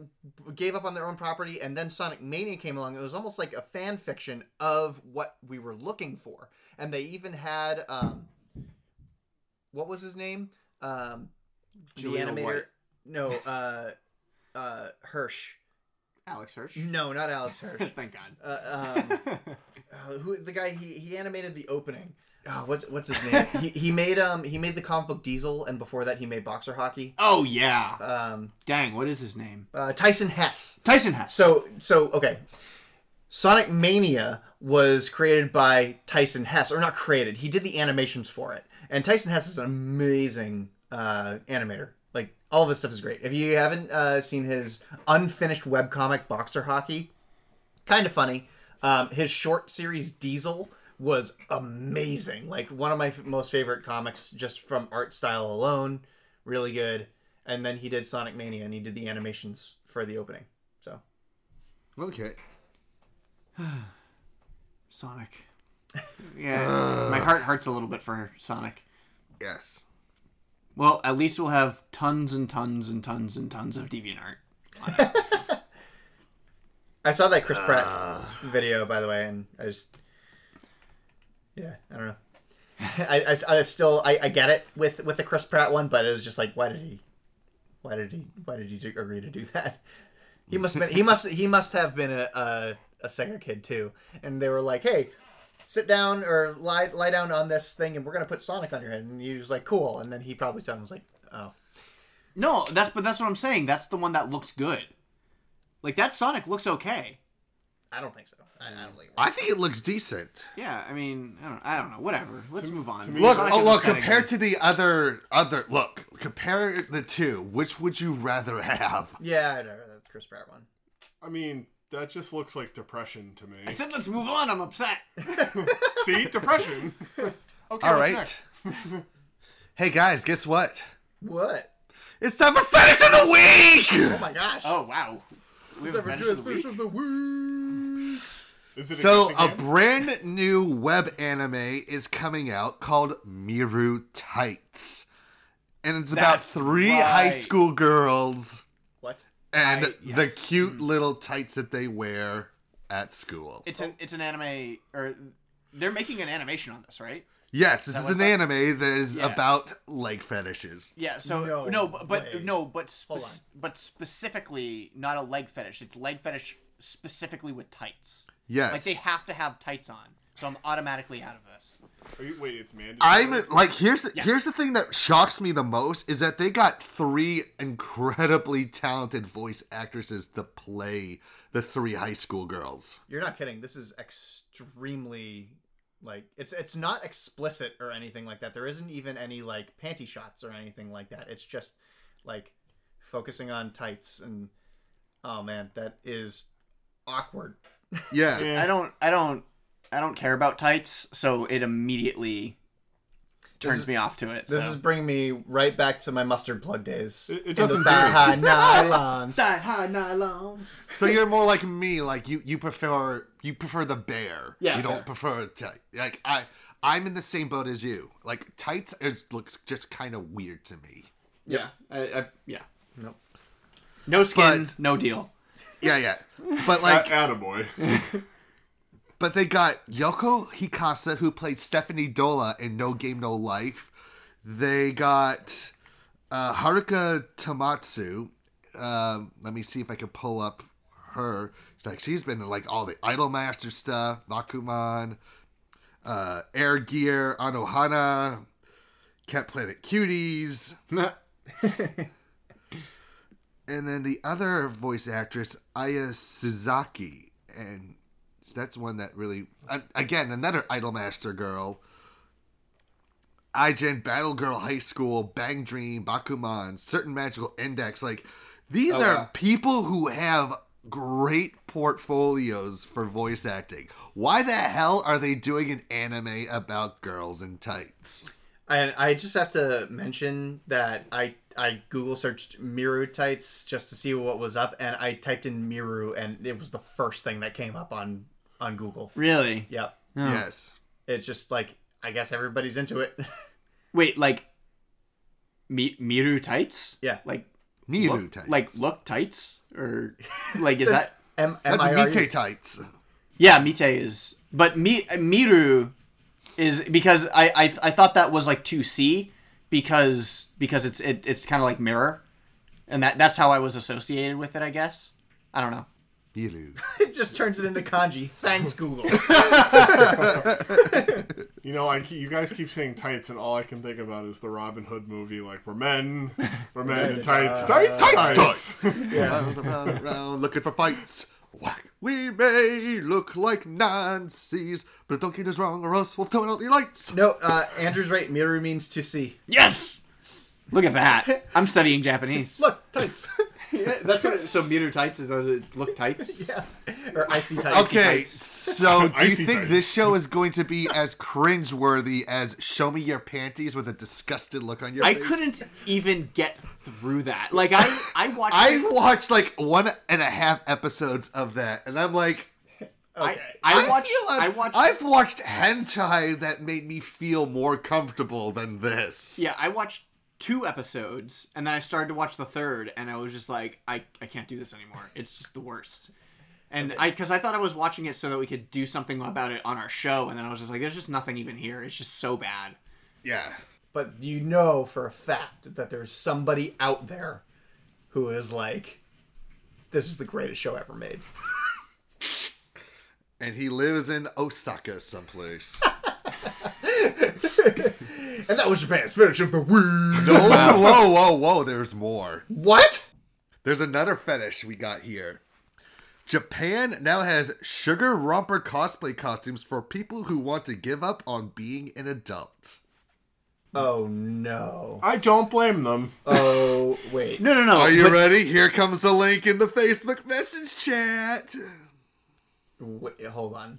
gave up on their own property, and then Sonic Mania came along. It was almost like a fan fiction of what we were looking for, and they even had um, what was his name? Um,
Julia
the animator?
White.
No, uh, uh, Hirsch.
Alex Hirsch.
No, not Alex Hirsch.
Thank God.
Mm-hmm. Uh, um, uh, who the guy he, he animated the opening? Oh, what's what's his name? he, he made um he made the comic book Diesel, and before that he made Boxer Hockey.
Oh yeah.
Um,
dang, what is his name?
Uh, Tyson Hess.
Tyson Hess.
So so okay. Sonic Mania was created by Tyson Hess, or not created. He did the animations for it, and Tyson Hess is an amazing uh, animator. Like all of his stuff is great. If you haven't uh, seen his unfinished webcomic Boxer Hockey, kind of funny. Um, his short series Diesel was amazing. Like one of my f- most favorite comics, just from art style alone. Really good. And then he did Sonic Mania, and he did the animations for the opening. So
Okay.
Sonic. Yeah, my heart hurts a little bit for Sonic.
Yes.
Well, at least we'll have tons and tons and tons and tons of DeviantArt.
I saw that Chris Pratt video, by the way, and I just, yeah, I don't know. I, I, I still I, I get it with with the Chris Pratt one, but it was just like, why did he, why did he, why did he do- agree to do that? He must have been he must he must have been a, a a Sega kid too, and they were like, hey, sit down or lie lie down on this thing, and we're gonna put Sonic on your head, and he was like, cool, and then he probably saw him and was like, oh,
No, that's but that's what I'm saying. That's the one that looks good. Like that Sonic looks okay.
I don't think so. I, I don't think.
I think it looks decent.
Yeah, I mean, I don't, I don't know. Whatever. Let's move on.
Look,
Sonic
oh,
is
look.
Sonic.
Compared to the other, other look. Compare the two. Which would you rather have?
Yeah, I know that's Chris Pratt one.
I mean, that just looks like depression to me.
I said let's move on. I'm upset.
See, depression. okay,
All
what's
right.
next?
Hey guys, guess what?
What?
It's time for fetish of the week.
Oh my gosh.
Oh wow. We have a fetish of the week?
of the week.
Is it a
so
guessing
a
game?
brand new web anime is coming out called Miru Tights, and it's about
That's
three
right.
high school girls
What?
and the
yes.
cute
Mm.
little tights that they wear at school.
It's an it's an anime or er, they're making an animation on this, right?
Yes,
Is
this is
that
an
what's up?
anime that is
Yeah.
about leg fetishes.
Yeah. So no,
No
but, but no, but
Hold
spe- but specifically not a leg fetish. It's leg fetish specifically with tights.
Yes.
Like they have to have tights on. So I'm automatically out of this.
wait, it's mandatory.
I'm like here's the, here's the thing that shocks me the most is that they got three incredibly talented voice actresses to play the three high school girls.
You're not kidding. This is extremely like it's it's not explicit or anything like that. There isn't even any like panty shots or anything like that. It's just like focusing on tights and oh man, that is awkward.
Yeah.
I don't I don't I don't care about tights, so it immediately
This
turns
is-
me off to it.
This
so.
is bringing me right back to my mustard plug days. It,
doesn't
thigh
do.
high nylons.
Die high nylons.
So you're more like me, like you you prefer you prefer the bear.
Yeah.
You
Yeah.
don't prefer tight. Like I I'm in the same boat as you. Like tights is looks just kind of weird to me.
Yeah. I, I, yeah.
Nope.
No skin, no deal.
Yeah, yeah. But like
attaboy.
But they got Yoko Hikasa, who played Stephanie Dola in No Game No Life. They got uh, Haruka Tamatsu. Um, let me see if I can pull up her. Like she's been in like all the Idolmaster stuff, Nakuman, uh, Air Gear, Anohana, Cat Planet Cuties. and then the other voice actress, Aya Suzaki, and that's one that really, uh, again, another Idolmaster girl. iGen Battle Girl High School, Bang Dream, Bakuman, Certain Magical Index. Like, these
Oh,
are
wow.
people who have great portfolios for voice acting. Why the hell are they doing an anime about girls in tights?
And I just have to mention that I I Google searched Miru tights just to see what was up, and I typed in Miru, and it was the first thing that came up on on Google.
Really?
Yep.
Oh.
Yes.
It's just like I guess everybody's into it.
Wait, like mi- Miru tights?
Yeah.
Like
Miru
look-
tights.
Like look tights or like is
That's
that
M-
That's
E.
M-I-R-U. Mite tights.
Yeah, Mite is. But mi- Miru is because I, I I thought that was like 2C because because it's it, it's kind of like mirror. And that that's how I was associated with it, I guess. I don't know.
Miru.
it just turns it into kanji. Thanks, Google.
You know, I keep, you guys keep saying tights, and all I can think about is the Robin Hood movie. Like we're men, we're men in tights, tights, tights, tights.
Round, round, round, looking for fights. Whack. We may look like Nazis, but don't get us wrong, or else we'll turn out your lights.
no, uh, Andrew's right. Miru means to see.
Yes. Look at that. I'm studying Japanese.
Look, tights.
yeah, that's what it, so Miru tights is uh, look tights.
yeah. Or icy tights.
Okay, so do you
Icy
think
tights.
this show is going to be as cringeworthy as "Show Me Your Panties" with a disgusted look on your
I
face?
couldn't even get through that. Like I I watched
I watched like one and a half episodes of that, and I'm like,
I, I watched
feel like-
I watched
I've watched hentai that made me feel more comfortable than this.
Yeah, I watched two episodes and then I started to watch the third and I was just like I I can't do this anymore. It's just the worst. And I cuz I thought I was watching it so that we could do something about it on our show and then I was just like there's just nothing even here. It's just so bad.
Yeah.
But you know for a fact that there's somebody out there who is like, this is the greatest show ever made.
And he lives in Osaka someplace.
And that was Japan's finish of the week.
No, whoa, whoa, whoa, there's more.
What?
There's another fetish we got here. Japan now has sugar romper cosplay costumes for people who want to give up on being an adult.
Oh no.
I don't blame them.
Oh wait.
No, no, no.
Are you
but-
ready? Here comes the link in the Facebook message chat.
Wait, hold on.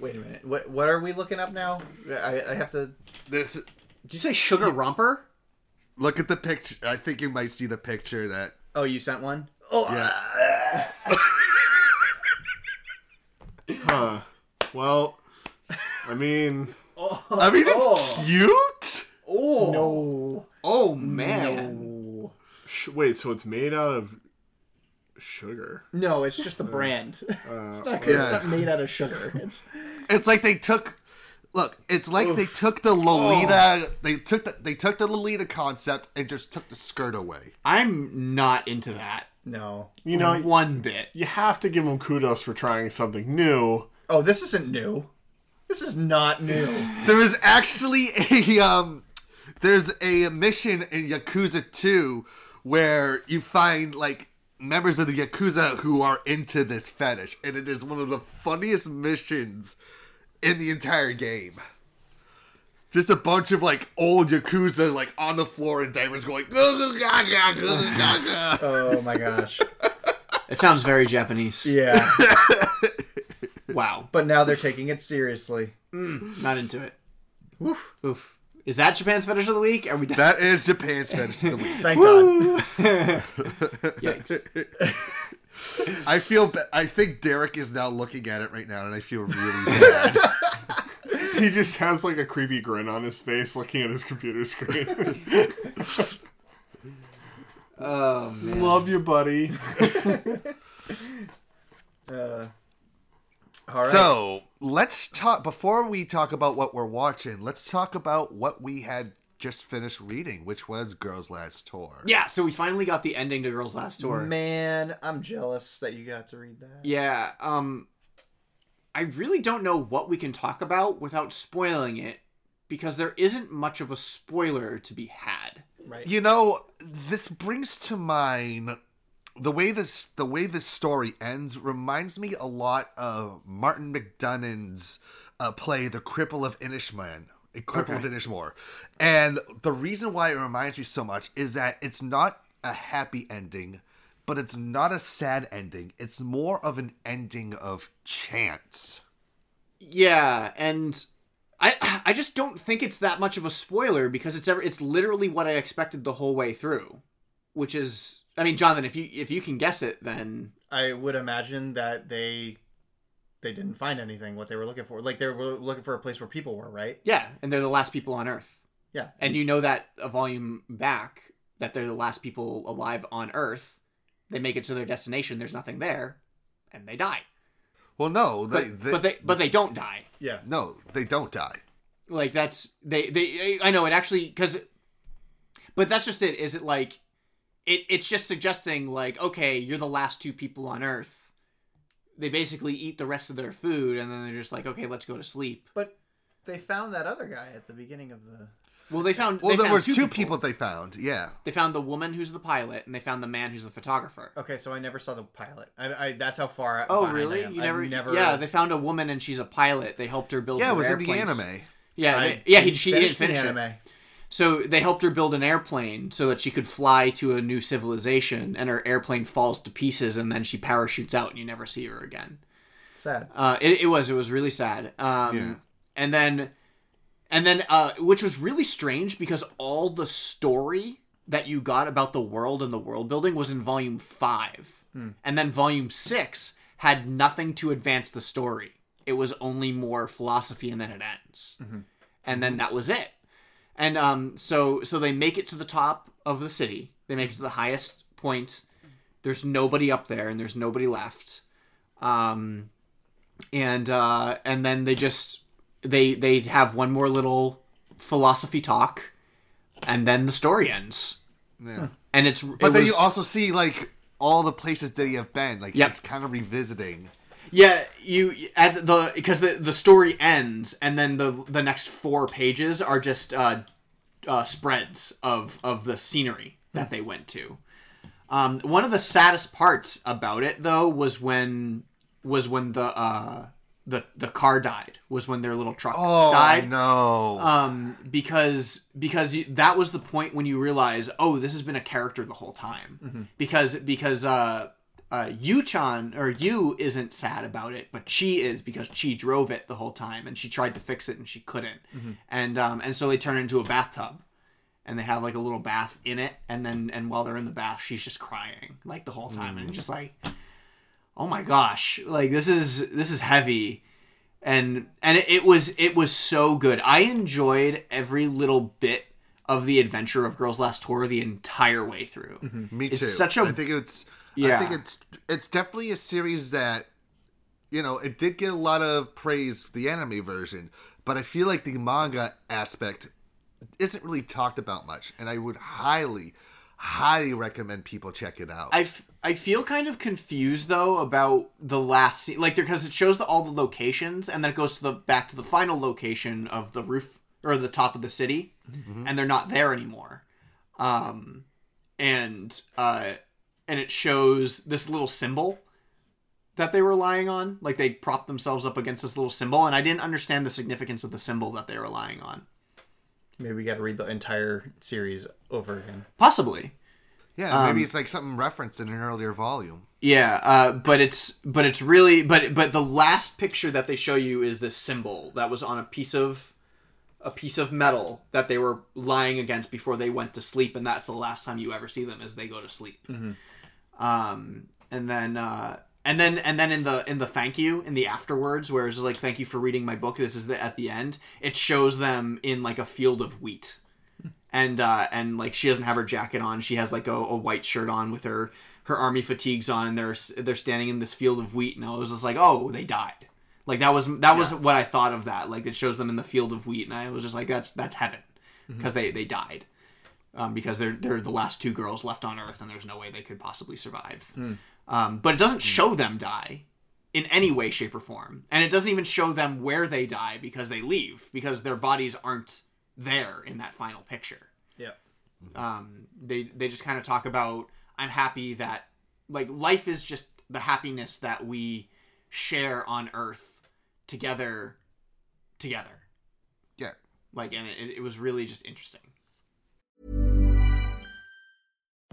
Wait a minute. What what are we looking up now? I, I have to.
This.
Did you say sugar romper?
Look at the picture. I think you might see the picture that.
Oh, you sent one. Oh.
Yeah.
Huh.
Well, I mean,
I mean, it's cute.
Oh
no!
Oh man!
Sh- wait, so it's made out of sugar?
No, it's just the
Uh,
brand.
uh,
it's, not,
yeah.
it's not made out of sugar. It's
It's like they took. Look, it's like they took the Lolita. They took the they took the Lolita concept and just took the skirt away.
I'm not into that.
No,
You know,
one bit.
You have to give them kudos for trying something new.
Oh, this isn't new. This is not new.
There is actually a um, there's a mission in Yakuza Two where you find like members of the Yakuza who are into this fetish, and it is one of the funniest missions in the entire game. Just a bunch of like old Yakuza like on the floor and divers going "Goo goo gaga, goo goo gaga."
oh my gosh.
It sounds very Japanese.
Yeah.
Wow.
But now they're taking it seriously.
Mm, not into it. Oof. Oof. Is that Japan's fetish of the week? Are we done?
That is Japan's fetish of the week.
Thank God.
I feel. Ba- I think Derek is now looking at it right now, and I feel really bad.
He just has like a creepy grin on his face, looking at his computer screen.
Oh man.
Love you, buddy.
Uh, all right.
So let's talk. Before we talk about what we're watching, let's talk about what we had just finished reading, which was Girls Last Tour.
Yeah. So we finally got the ending to Girls Last Tour.
man, I'm jealous that you got to read that.
Yeah. Um, I really don't know what we can talk about without spoiling it because there isn't much of a spoiler to be had.
Right.
You know, this brings to mind the way this the way this story ends reminds me a lot of Martin McDonough's uh, play The Cripple of Inishman. A Cripple of Inishmore. And the reason why it reminds me so much is that it's not a happy ending, but it's not a sad ending. It's more of an ending of chance.
Yeah, and I I just don't think it's that much of a spoiler because it's ever it's literally what I expected the whole way through, which is I mean, Jonathan, if you if you can guess it, then
I would imagine that they they didn't find anything what they were looking for. Like they were looking for a place where people were, right?
yeah, and they're the last people on Earth,
Yeah.
and you know that a volume back that they're the last people alive on Earth. They make it to their destination. There's nothing there, and they die.
Well, no, they,
But- but they but they don't die.
Yeah.
no, they don't die.
like that's they they i know it actually because but that's just it is it like it it's just suggesting like okay you're the last two people on earth they basically eat the rest of their food and then they're just like okay let's go to sleep
But they found that other guy at the beginning of the
well they found
Well,
they
there
found
was two people they found. Yeah.
they found the woman who's the pilot and they found the man who's the photographer
Okay, so I never saw the pilot. I, I that's how far
oh
behind
really
I am.
you
I've
never,
never
yeah they found a woman and she's a pilot they helped her build
Yeah,
her
it was in the
airplanes.
anime.
yeah
I
they- yeah he,
didn't
she
finish
didn't finish
the
it.
anime.
So they helped her build an airplane so that she could fly to a new civilization, and her airplane falls to pieces, and then she parachutes out, and you never see her again.
Sad.
Uh, it, it was it was really sad. Um, And then, and then, uh, which was really strange because all the story that you got about the world and the world building was in volume five, and then volume six had nothing to advance the story. It was only more philosophy, and then it ends,
Mm-hmm.
and then that was it. And um, so so they make it to the top of the city. They make it to the highest point. There's nobody up there, and there's nobody left. Um, and uh, and then they just they they have one more little philosophy talk, and then the story ends.
Yeah.
And it's it
But then you
was-
also see like all the places they have been. Like
Yep.
it's kind of revisiting.
yeah you at the because the the story ends, and then the the next four pages are just uh, uh, spreads of of the scenery that they went to. Um, one of the saddest parts about it though was when was when the uh, the the car died was when their little truck
Oh
died.
no!
um because because you, that was the point when you realize oh this has been a character the whole time because because uh uh Yu-chan or Yu isn't sad about it but Chi is because Chi drove it the whole time and she tried to fix it and she couldn't and um and so they turn into a bathtub and they have like a little bath in it and then and while they're in the bath she's just crying like the whole time and it's just like oh my gosh like this is this is heavy and and it, it was it was so good. I enjoyed every little bit of the adventure of Girls Last Tour the entire way through.
Mhm. Me
It's
too.
Such a
I think it's.
Yeah.
I think it's it's definitely a series that, you know, it did get a lot of praise for the anime version, but I feel like the manga aspect isn't really talked about much, and I would highly, highly recommend people check it out.
I, f- I feel kind of confused though about the last scene, like because it shows the, all the locations and then it goes to the back to the final location of the roof or the top of the city,
Mm-hmm.
Mhm.
and they're not there anymore. Um, and uh, and it shows this little symbol that they were lying on, like they propped themselves up against this little symbol, and I didn't understand the significance of the symbol that they were lying on.
Maybe we got to read the entire series over again.
Possibly.
yeah, maybe
Um,
it's like something referenced in an earlier volume.
Yeah, uh, but it's but it's really but but the last picture that they show you is this symbol that was on a piece of a piece of metal that they were lying against before they went to sleep, and that's the last time you ever see them as they go to sleep.
Mhm.
Um, and then uh, and then and then in the in the thank you in the afterwards, where it's just like thank you for reading my book. This is the at the end. It shows them in like a field of wheat and uh, and like she doesn't have her jacket on. She has like a, a white shirt on with her her army fatigues on, and they're they're standing in this field of wheat. And I was just like, oh, they died. Like that was that was what I thought of that. Like it shows them in the field of wheat, and I was just like, that's that's heaven because they they died um, because they're they're the last two girls left on Earth, and there's no way they could possibly survive.
Hmm.
Um, but it doesn't show them die in any way, shape, or form. And it doesn't even show them where they die because they leave, because their bodies aren't there in that final picture.
Yeah.
Um, they, they just kind of talk about, I'm happy that, like, life is just the happiness that we share on Earth together, together.
Yeah.
Like, and it, it was really just interesting.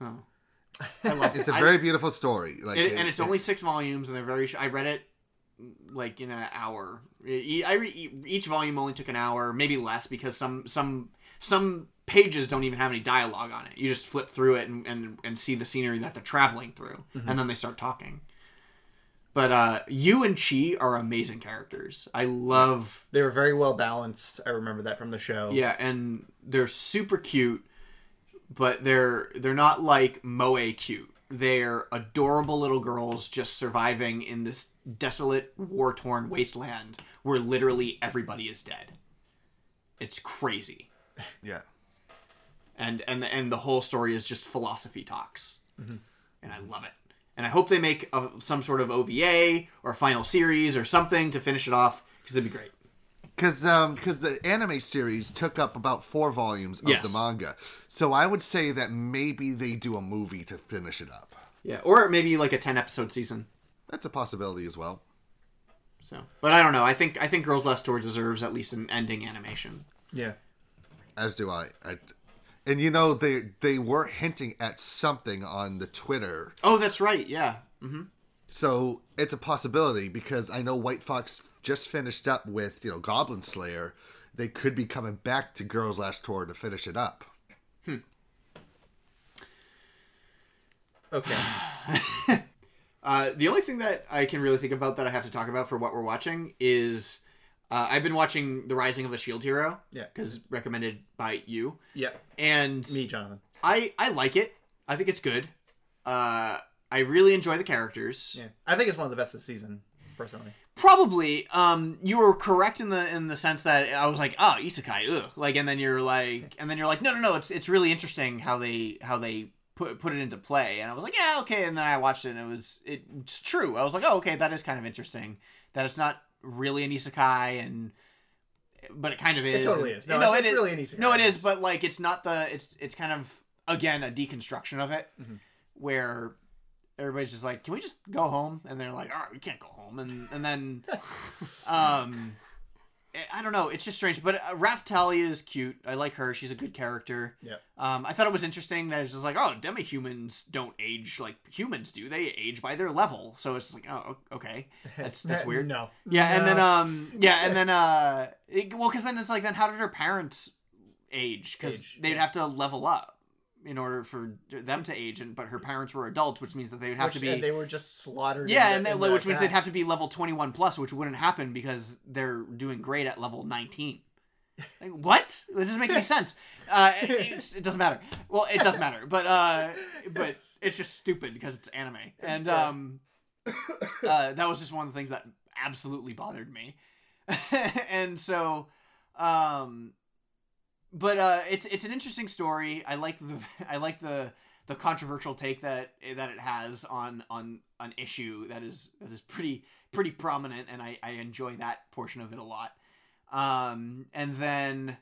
Oh. I love
It's
a
a very beautiful story. Like,
It-
it-
and it's only six volumes, and they're very. Sh- I read it like in an hour. E- I re- e- each volume only took an hour, maybe less, because some some some pages don't even have any dialogue on it. You just flip through it and and, and see the scenery that they're traveling through,
Mhm.
and then they start talking. But uh, you and Chi are amazing characters. I love.
They were very well balanced. I remember that from the show.
Yeah, and they're super cute, but they're they're not like moe cute. They're adorable little girls just surviving in this desolate, war torn wasteland where literally everybody is dead. It's crazy,
yeah.
and and and the whole story is just philosophy talks,
Mhm.
and I love it. And I hope they make a, some sort of OVA or final series or something to finish it off because it'd be great.
because um because the anime series took up about four volumes of
Yes.
the manga so i would say that maybe they do a movie to finish it up
Yeah, or maybe like a ten episode season.
that's a possibility as well
so But I don't know. I think I think Girls Last Tour deserves at least an ending animation.
yeah
as do i, I and you know they they were hinting at something on the twitter
Oh, that's right. Yeah. hmm
so it's a possibility because i know white fox just finished up with you know goblin slayer they could be coming back to girls last tour to finish it up
Okay.
uh, the only thing that I can really think about that I have to talk about for what we're watching is uh, I've been watching The Rising of the Shield E Hero.
Yeah.
Because recommended by you.
Yeah.
And
Me, Jonathan.
I I like it. I think it's good. Uh, I really enjoy the characters.
Yeah. I think it's one of the best this season, personally.
Probably. Um, you were correct in the in the sense that I was like, oh, isekai, ugh. Like, and then you're like, and then you're like, no, no, no. It's it's really interesting how they how they put put it into play, and I was like, yeah, okay. And then I watched it, and it was it's true. I was like, oh, okay, that is kind of interesting. That it's not really an isekai, and but it kind of
It
is.
totally
and-
is. No, it's-
it
it's
is-
really an isekai.
No, it is, but like it's not the it's it's kind of again a deconstruction of it,
Mm-hmm.
where everybody's just like, can we just go home? And they're like, all right, we can't go home, and and then, um. I- I don't know. It's just strange, but uh, Raph Talia is cute. I like her. She's a good character.
Yep.
Um, I thought it was interesting that it's just like, oh, demi-humans don't age like humans do. They age by their level. So it's just like, oh, o- okay, that's that's weird.
No.
Yeah, and then
No.
um, yeah, and then uh, it, well, because then it's like, then how did her parents age? Because
Age,
they'd have to level up in order for them to age, and but her parents were adults, which means that they would have
Which-
to be
and they were just slaughtered.
yeah,
in the-
and
in
that,
the
which means they'd
attack.
have to be level 21 plus, which wouldn't happen because they're doing great at level 19. Like, what? That doesn't make any sense. Uh, it, it's- it doesn't matter. Well, it does matter, but uh, but it's just stupid because it's anime, and
good.
um, uh, that was just one of the things that absolutely bothered me, and so, um, but uh, it's it's an interesting story. I like the I like the the controversial take that that it has on on an issue that is that is pretty pretty prominent, and I I enjoy that portion of it a lot. Um, and then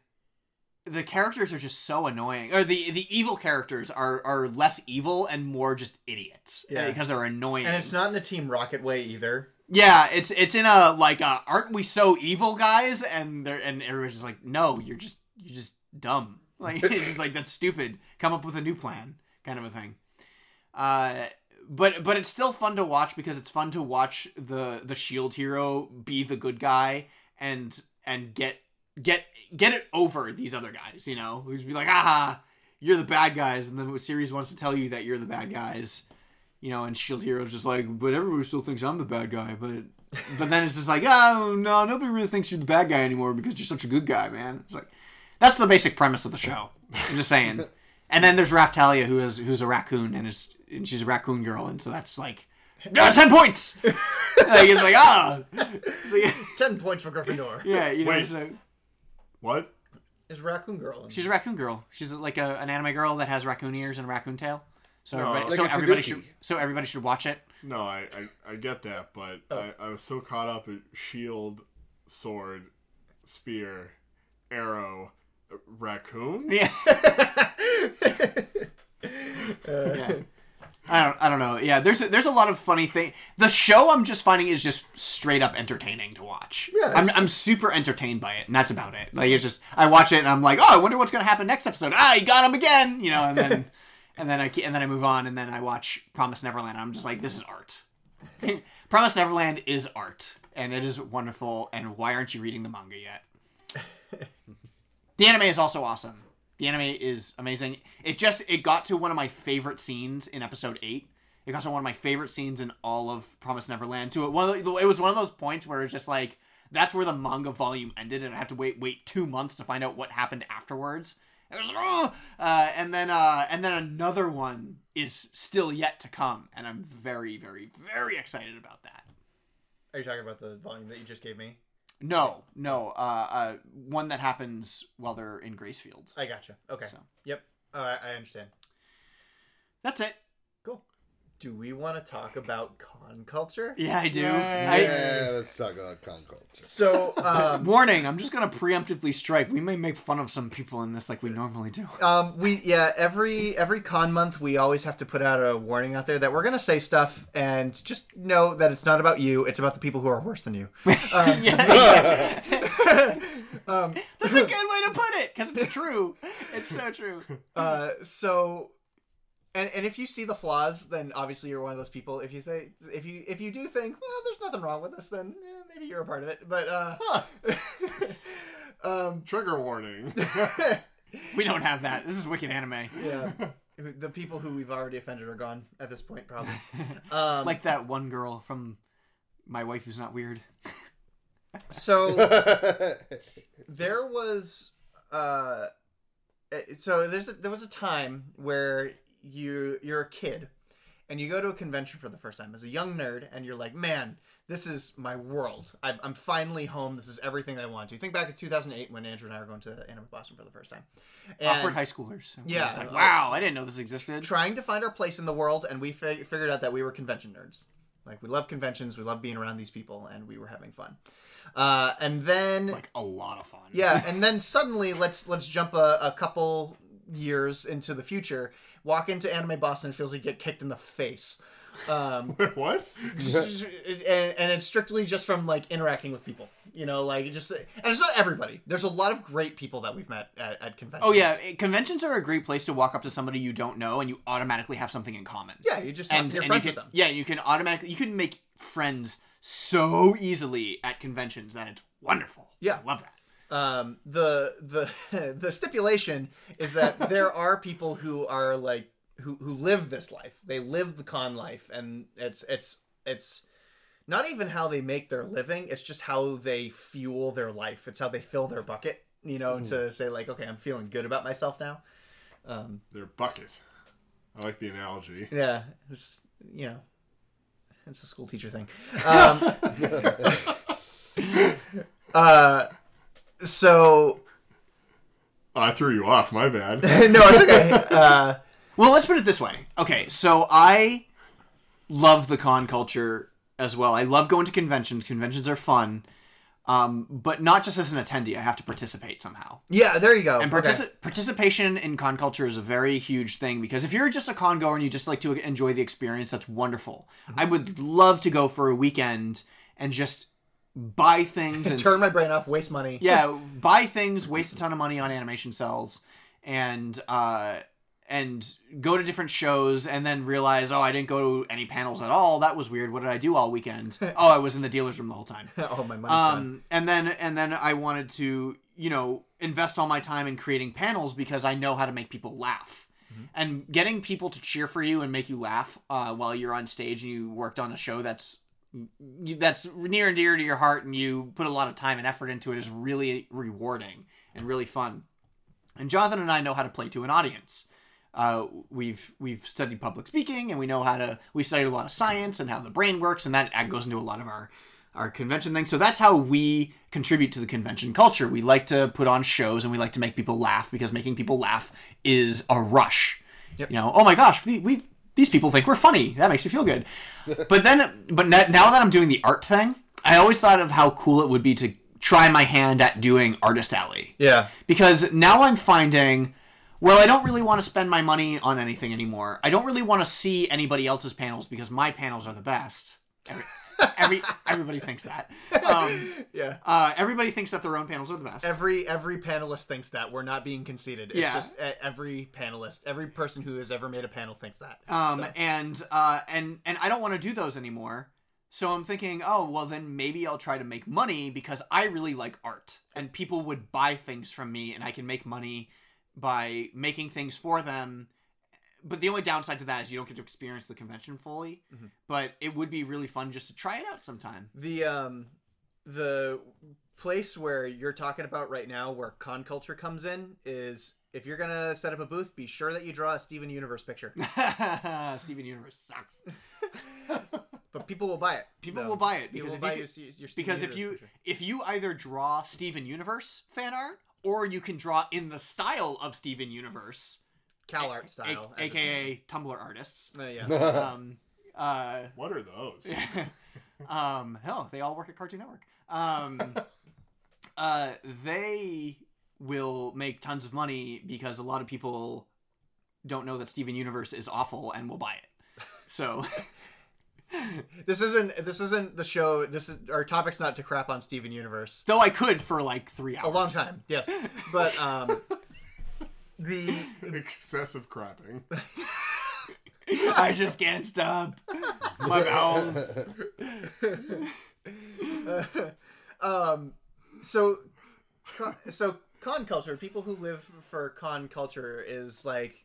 the characters are just so annoying, or the the evil characters are are less evil and more just idiots uh,
Yeah.
because they're annoying.
And it's not in a Team Rocket way either.
Yeah, it's it's in a like a aren't we so evil guys and they're and everybody's just like no you're just you're just dumb like it's just like that's stupid come up with a new plan kind of a thing. Uh, but but it's still fun to watch because it's fun to watch the the shield E hero be the good guy and and get get get it over these other guys you know who's be like ah you're the bad guys and the series wants to tell you that you're the bad guys you know, and Shield Hero's just like, but everybody still thinks I'm the bad guy. But but then it's just like, oh no, nobody really thinks you're the bad guy anymore because you're such a good guy, man. It's like that's the basic premise of the show. I'm just saying. and then there's Raftalia, who is who's a raccoon and is and she's a raccoon girl, and so that's like "Ah, ten points. like it's like ah,
ten points for Gryffindor.
yeah, you know. so-
what?
Is Raccoon Girl? In
She's a raccoon girl. She's like a, an anime girl that has raccoon ears and a raccoon tail. So
No.
everybody,
Like
so
it's a
everybody
Dookie.
should so everybody should watch it.
No, I, I, I get that, but I, I was so caught up in shield, sword, spear, arrow, uh, raccoon.
Yeah. yeah. I don't, I don't know. Yeah, there's a, there's a lot of funny thing. The show I'm just finding is just straight up entertaining to watch.
Yeah.
I'm, I'm super entertained by it, and that's about it. Like it's just I watch it and I'm like, oh, I wonder what's gonna happen next episode. Ah, he got him again, you know, and then and then I ke- and then I move on, and then I watch Promise Neverland. And I'm just like, this is art. Promise Neverland is art, and it is wonderful. And why aren't you reading the manga yet? The anime is also awesome. The anime is amazing. It just it got to one of my favorite scenes in episode eight. It got to one of my favorite scenes in all of Promise Neverland. To it, one of the, it was one of those points where it's just like that's where the manga volume ended, and I have to wait wait two months to find out what happened afterwards. And I was like, "Oh!" Uh, and then uh, and then another one is still yet to come, and I'm very very very excited about that.
Are you talking about the volume that you just gave me?
No, no, uh, uh, one that happens while they're in Gracefield.
I gotcha. Okay.
So.
Yep. All right, I understand.
That's it.
Cool. Do we want to talk about con culture?
Yeah, I do.
Yeah, let's talk about con culture.
So, um,
warning! I'm just gonna preemptively strike. We may make fun of some people in this, like we normally do.
Um, we yeah every every con month we always have to put out a warning out there that we're gonna say stuff and just know that it's not about you it's about the people who are worse than you. Um, um,
That's a good way to put it because it's true. It's so true.
uh, so and and if you see the flaws then obviously you're one of those people if you think if you if you do think well there's nothing wrong with this then eh, maybe you're a part of it but uh, um,
trigger warning.
We don't have that. This is wicked anime.
yeah the people who we've already offended are gone at this point probably. Um,
like that one girl from My Wife Who's Not Weird.
So there was uh so there's a, there was a time where you you're a kid and you go to a convention for the first time as a young nerd and you're like, man, this is my world. i I'm finally home. This is everything that I want to. Think back to 2008 when Andrew and I were going to Anime Boston for the first time. And-
Awkward high schoolers. We're
Yeah.
just like, wow, I didn't know this existed.
Trying to find our place in the world, and we fig- figured out that we were convention nerds. Like, we love conventions, we love being around these people, and we were having fun. Uh, and then. Like,
a lot of fun.
Yeah, and then suddenly let's let's jump a, a couple years into the future. Walk into Anime Boston and feels like you get kicked in the face. Um,
what?
And, and it's strictly just from like interacting with people. You know, like it just and it's not everybody. There's a lot of great people that we've met at, at conventions.
Oh yeah, eh, conventions are a great place to walk up to somebody you don't know and you automatically have something in common.
Yeah, you just talk- you're friends
you
with
can-
them.
Yeah, you can automatically you can make friends so easily at conventions that it's wonderful.
Yeah,
love that.
Um, the the the stipulation is that there are people who are like who who live this life. They live the con life, and it's it's it's not even how they make their living. It's just how they fuel their life. It's how they fill their bucket. You know,
Mhm.
to say like, okay, I'm feeling good about myself now. Um,
Their bucket. I like the analogy.
Yeah, it's you know, it's a school teacher thing. Um, uh, so
I threw you off. My bad.
Uh...
Well, let's put it this way. Okay, so I love the con culture as well. I love going to conventions. Conventions are fun, um, but not just as an attendee. I have to participate somehow.
yeah, there you go.
And
Okay.
partici- participation in con culture is a very huge thing because if you're just a con goer and you just like to enjoy the experience, that's wonderful.
Mm-hmm.
I would love to go for a weekend and just buy things and
turn my brain off, waste money.
yeah, buy things, waste a ton of money on animation cells, and uh, and go to different shows, and then realize, oh, I didn't go to any panels at all. That was weird. What did I do all weekend? oh, I was in the dealer's room the whole time.
oh, my money's gone.
Um, and then and then I wanted to, you know, invest all my time in creating panels because I know how to make people laugh.
Mm-hmm.
And getting people to cheer for you and make you laugh uh, while you're on stage and you worked on a show that's you- that's near and dear to your heart and you put a lot of time and effort into it is really rewarding and really fun. And Jonathan and I know how to play to an audience. Uh, we've we've studied public speaking and we know how to we've studied a lot of science and how the brain works and that goes into a lot of our our convention thing. So that's how we contribute to the convention culture. We like to put on shows and we like to make people laugh because making people laugh is a rush. You know, oh my gosh, we, we these people think we're funny. That makes me feel good. but then, but na- now that I'm doing the art thing, I always thought of how cool it would be to try my hand at doing Artist Alley
Yeah.
because now I'm finding well, I don't really want to spend my money on anything anymore. I don't really want to see anybody else's panels because my panels are the best. Every, every everybody thinks that. Um,
yeah.
Uh, everybody thinks that their own panels are the best.
Every every panelist thinks that we're not being conceited. It's
Yeah.
just uh, every panelist, every person who has ever made a panel thinks that.
um,
So-
and uh, and and I don't want to do those anymore. So I'm thinking, oh well, then maybe I'll try to make money because I really like art, and people would buy things from me, and I can make money by making things for them. But the only downside to that is you don't get to experience the convention fully. But it would be really fun just to try it out sometime.
the um the place where you're talking about right now where con culture comes in is if you're gonna set up a booth be sure that you draw a steven universe picture
steven universe sucks
but people will buy it
People
though.
will buy it
People
because
will
if
buy
you,
your
could-
Se- your Steven
because
Universe
if you
picture.
if you either draw Steven Universe fan art or you can draw in the style of Steven Universe,
Cal art style, as it's
aka Tumblr artists.
yeah.
um, uh,
what are those?
um, hell, they all work at Cartoon Network. Um, uh, they will make tons of money because a lot of people don't know that Steven Universe is awful and will buy it. So.
this isn't this isn't the show this is our topic's not to crap on steven universe
though i could for like three hours
a long time yes but um the
excessive crapping
I just can't stop. My bowels.
um, so, con, so con culture, people who live for con culture is like,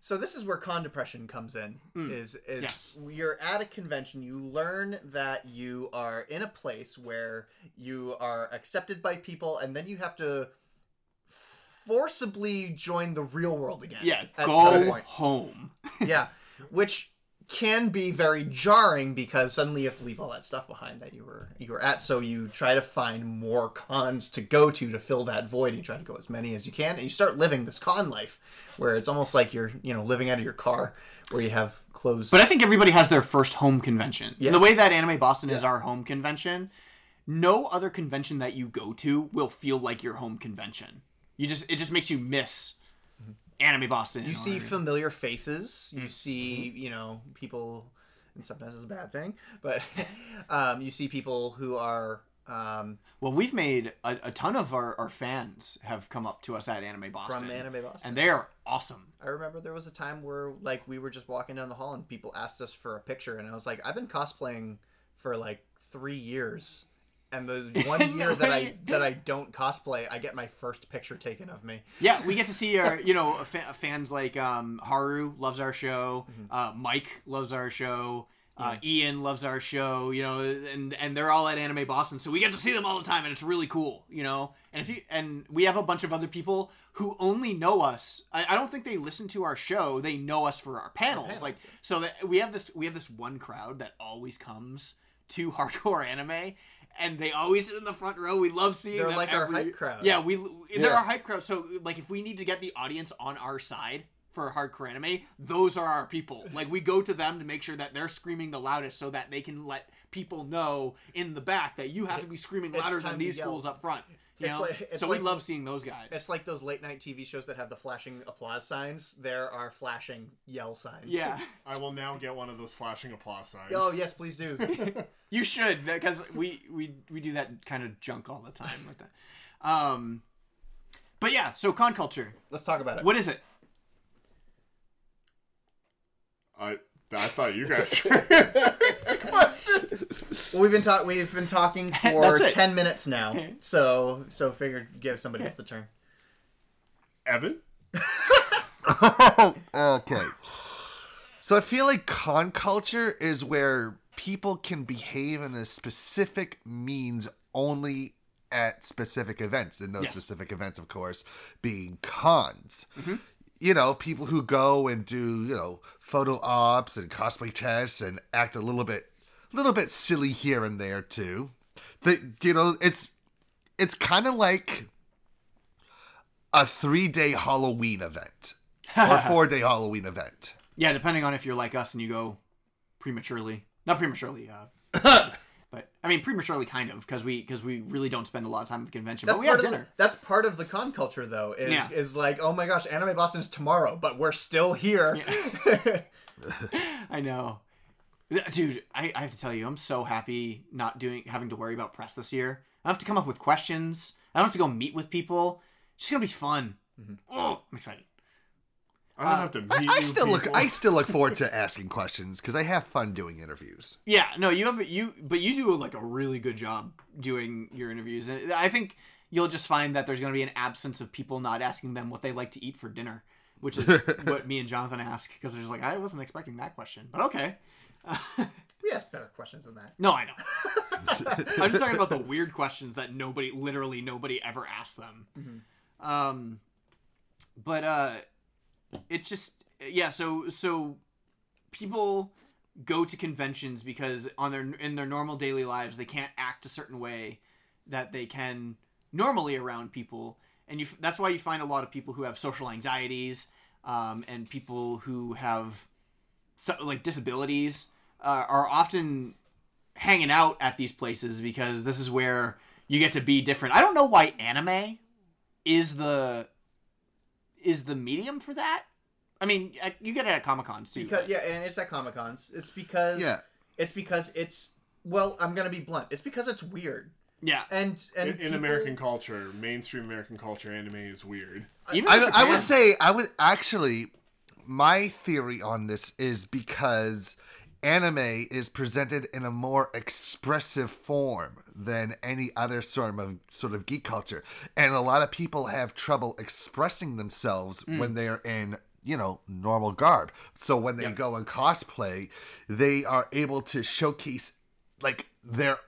so this is where con depression comes in.
Mm.
Is is
Yes.
you're at a convention, you learn that you are in a place where you are accepted by people, and then you have to forcibly join the real world again.
Yeah,
at some
go
point.
home.
yeah, which can be very jarring because suddenly you have to leave all that stuff behind that you were you were at. So you try to find more cons to go to to fill that void. You try to go as many as you can, and you start living this con life where it's almost like you're you know living out of your car where you have clothes.
But I think everybody has their first home convention.
Yeah.
The way that Anime Boston is
Yeah.
our home convention, no other convention that you go to will feel like your home convention. You just it just makes you miss Anime Boston.
Mm-hmm. you
and all
see
that.
familiar faces. You see you know people, and sometimes it's a bad thing, but um, you see people who are. Um,
well, we've made a, a ton of our, our fans have come up to us at Anime Boston.
Anime Boston.
And they are awesome.
I remember there was a time where like we were just walking down the hall and people asked us for a picture and I was like, I've been cosplaying for like three years and the one year that I that I don't cosplay, I get my first picture taken of me.
Yeah, we get to see our, you know, fa- fans like um, Haru loves our show,
Mm-hmm.
uh, Mike loves our show, uh, Ian loves our show, you know, and and they're all at Anime Boston, so we get to see them all the time, and it's really cool, you know. And if you and we have a bunch of other people who only know us. I, I don't think they listen to our show; they know us for our panels.
panels,
Like so that we have this we have this one crowd that always comes to hardcore anime. And they always sit in the front row. We love seeing
They're
them
like our
every-
hype crowd.
Yeah, we
Yeah.
they're our hype crowd. So like, if we need to get the audience on our side for hardcore anime, those are our people. Like we go to them to make sure that they're screaming the loudest, so that they can let people know in the back that you have to be screaming
It's
louder
time
than
to
these
yell.
fools up front. You
It's
know?
like- it's
so
like-
we love seeing those guys.
It's like those late night TV shows that have the flashing applause signs. There are flashing yell signs.
I will now get one of those flashing applause signs.
Oh yes, please do.
You should because we we we do that kind of junk all the time with that. Um, but yeah, so con culture.
Let's talk about it.
What is it?
I I thought you guys.
well, we've been talking. We've been talking for
That's it.
ten minutes now. So so figured give somebody else the turn.
Evan.
okay. So I feel like con culture is where people can behave in a specific means only at specific events. And those
Yes.
specific events, of course, being cons. You know, people who go and do, you know, photo ops and cosplay tests and act a little bit little bit silly here and there too. The, you know, it's it's kinda like a three day Halloween event. or four day Halloween event.
Yeah, depending on if you're like us and you go prematurely. Not prematurely, uh, but I mean prematurely, kind of, because we because we really don't spend a lot of time at the convention.
That's
but Oh, we
part
have
of
dinner.
The, that's part of the con culture, though. Is
Yeah.
is like, oh my gosh, Anime Boston's tomorrow, but we're still here.
I know, dude. I, I have to tell you, I'm so happy not doing having to worry about press this year. I don't have to come up with questions. I don't have to go meet with people. It's just gonna be fun.
Mm-hmm.
Oh, I'm excited.
I
don't have to
I,
meet
I
new
still look.
people.
I still look forward to asking questions because I have fun doing interviews.
Yeah, no, you have you, but you do like a really good job doing your interviews, and I think you'll just find that there's going to be an absence of people not asking them what they like to eat for dinner, which is what me and Jonathan ask because they're just like, I wasn't expecting that question, but okay.
we ask better questions than that.
No, I know. I'm just talking about the weird questions that nobody, literally nobody, ever asked them.
Mm-hmm.
Um, but uh, it's just yeah. So so people go to conventions because on their in their normal daily lives they can't act a certain way that they can normally around people, and you f- that's why you find a lot of people who have social anxieties um, and people who have so, like disabilities uh, are often hanging out at these places because this is where you get to be different. I don't know why anime is the is the medium for that. I mean, uh, you get it at Comic Cons too.
Because yeah, and it's at Comic Cons. It's because
Yeah.
it's because it's well, I'm gonna be blunt. It's because it's weird.
Yeah,
and and
in, in
people-
American culture, mainstream American culture, anime is weird.
I, I would say I would actually. My theory on this is because anime is presented in a more expressive form than any other sort of sort of geek culture, and a lot of people have trouble expressing themselves
Mm.
when they are in you know normal garb. So when they go and cosplay, they are able to showcase like their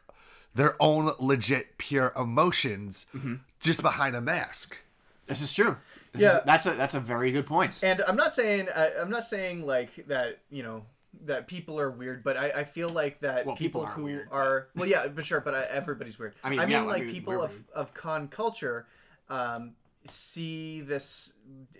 their own legit pure emotions just behind a mask.
This is true.
This is- Yeah.
that's a that's a very good point.
And I'm not saying I, I'm not saying like that. You know,
that people are weird, but I, I feel like that
Well, people
people,
are
who
weird,
are well, yeah, but sure, but I, everybody's weird.
I mean, yeah, I
like
mean,
people
we're
of of con culture um, see this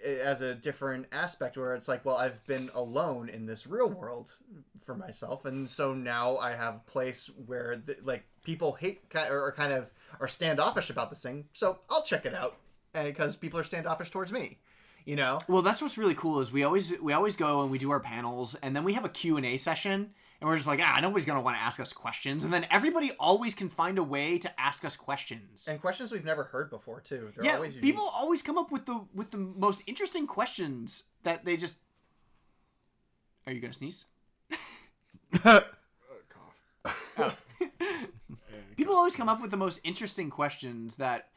eh,
as a different aspect where it's like, well, I've been alone in this real world for myself, and so now I have a place where the, like people hate ki- or are kind of are standoffish about this thing, so I'll check it out because people are standoffish towards me. You know,
Well, that's what's really cool is we always we always go and we do our panels and then we have a Q&A session and we're just like, ah, nobody's going to want to ask us questions. And then everybody always can find a way to ask us questions.
and questions we've never heard before too. They're
yeah,
always unique.
people always come up with the with the most interesting questions that they just Are you going to sneeze? People always come up with the most interesting questions that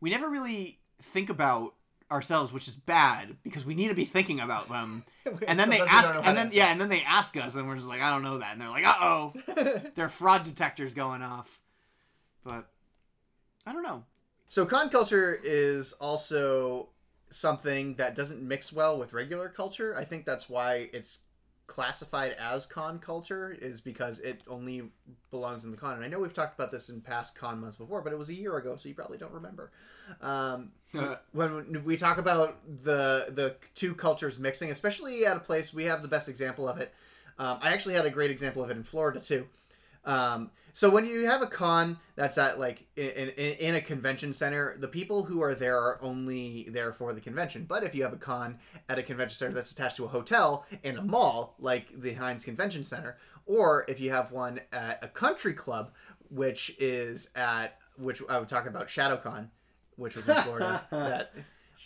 we never really think about ourselves, which is bad because we need to be thinking about them. and then they
Sometimes we don't
ask,
know how
and
to
then yeah, and then they ask us, and we're just like, I don't know that, and they're like, uh oh, their fraud detectors going off. But I don't know.
So con culture is also something that doesn't mix well with regular culture. I think that's why it's classified as con culture is because it only belongs in the con. And I know we've talked about this in past con months before, but it was a year ago, so you probably don't remember. Um, when we talk about the the two cultures mixing, especially at a place, we have the best example of it. Um, I actually had a great example of it in Florida too. Um, so when you have a con that's at like in, in, in a convention center, the people who are there are only there for the convention. But if you have a con at a convention center that's attached to a hotel in a mall, like the Heinz Convention Center, or if you have one at a country club, which is at which I was talking about ShadowCon, which was in Florida, that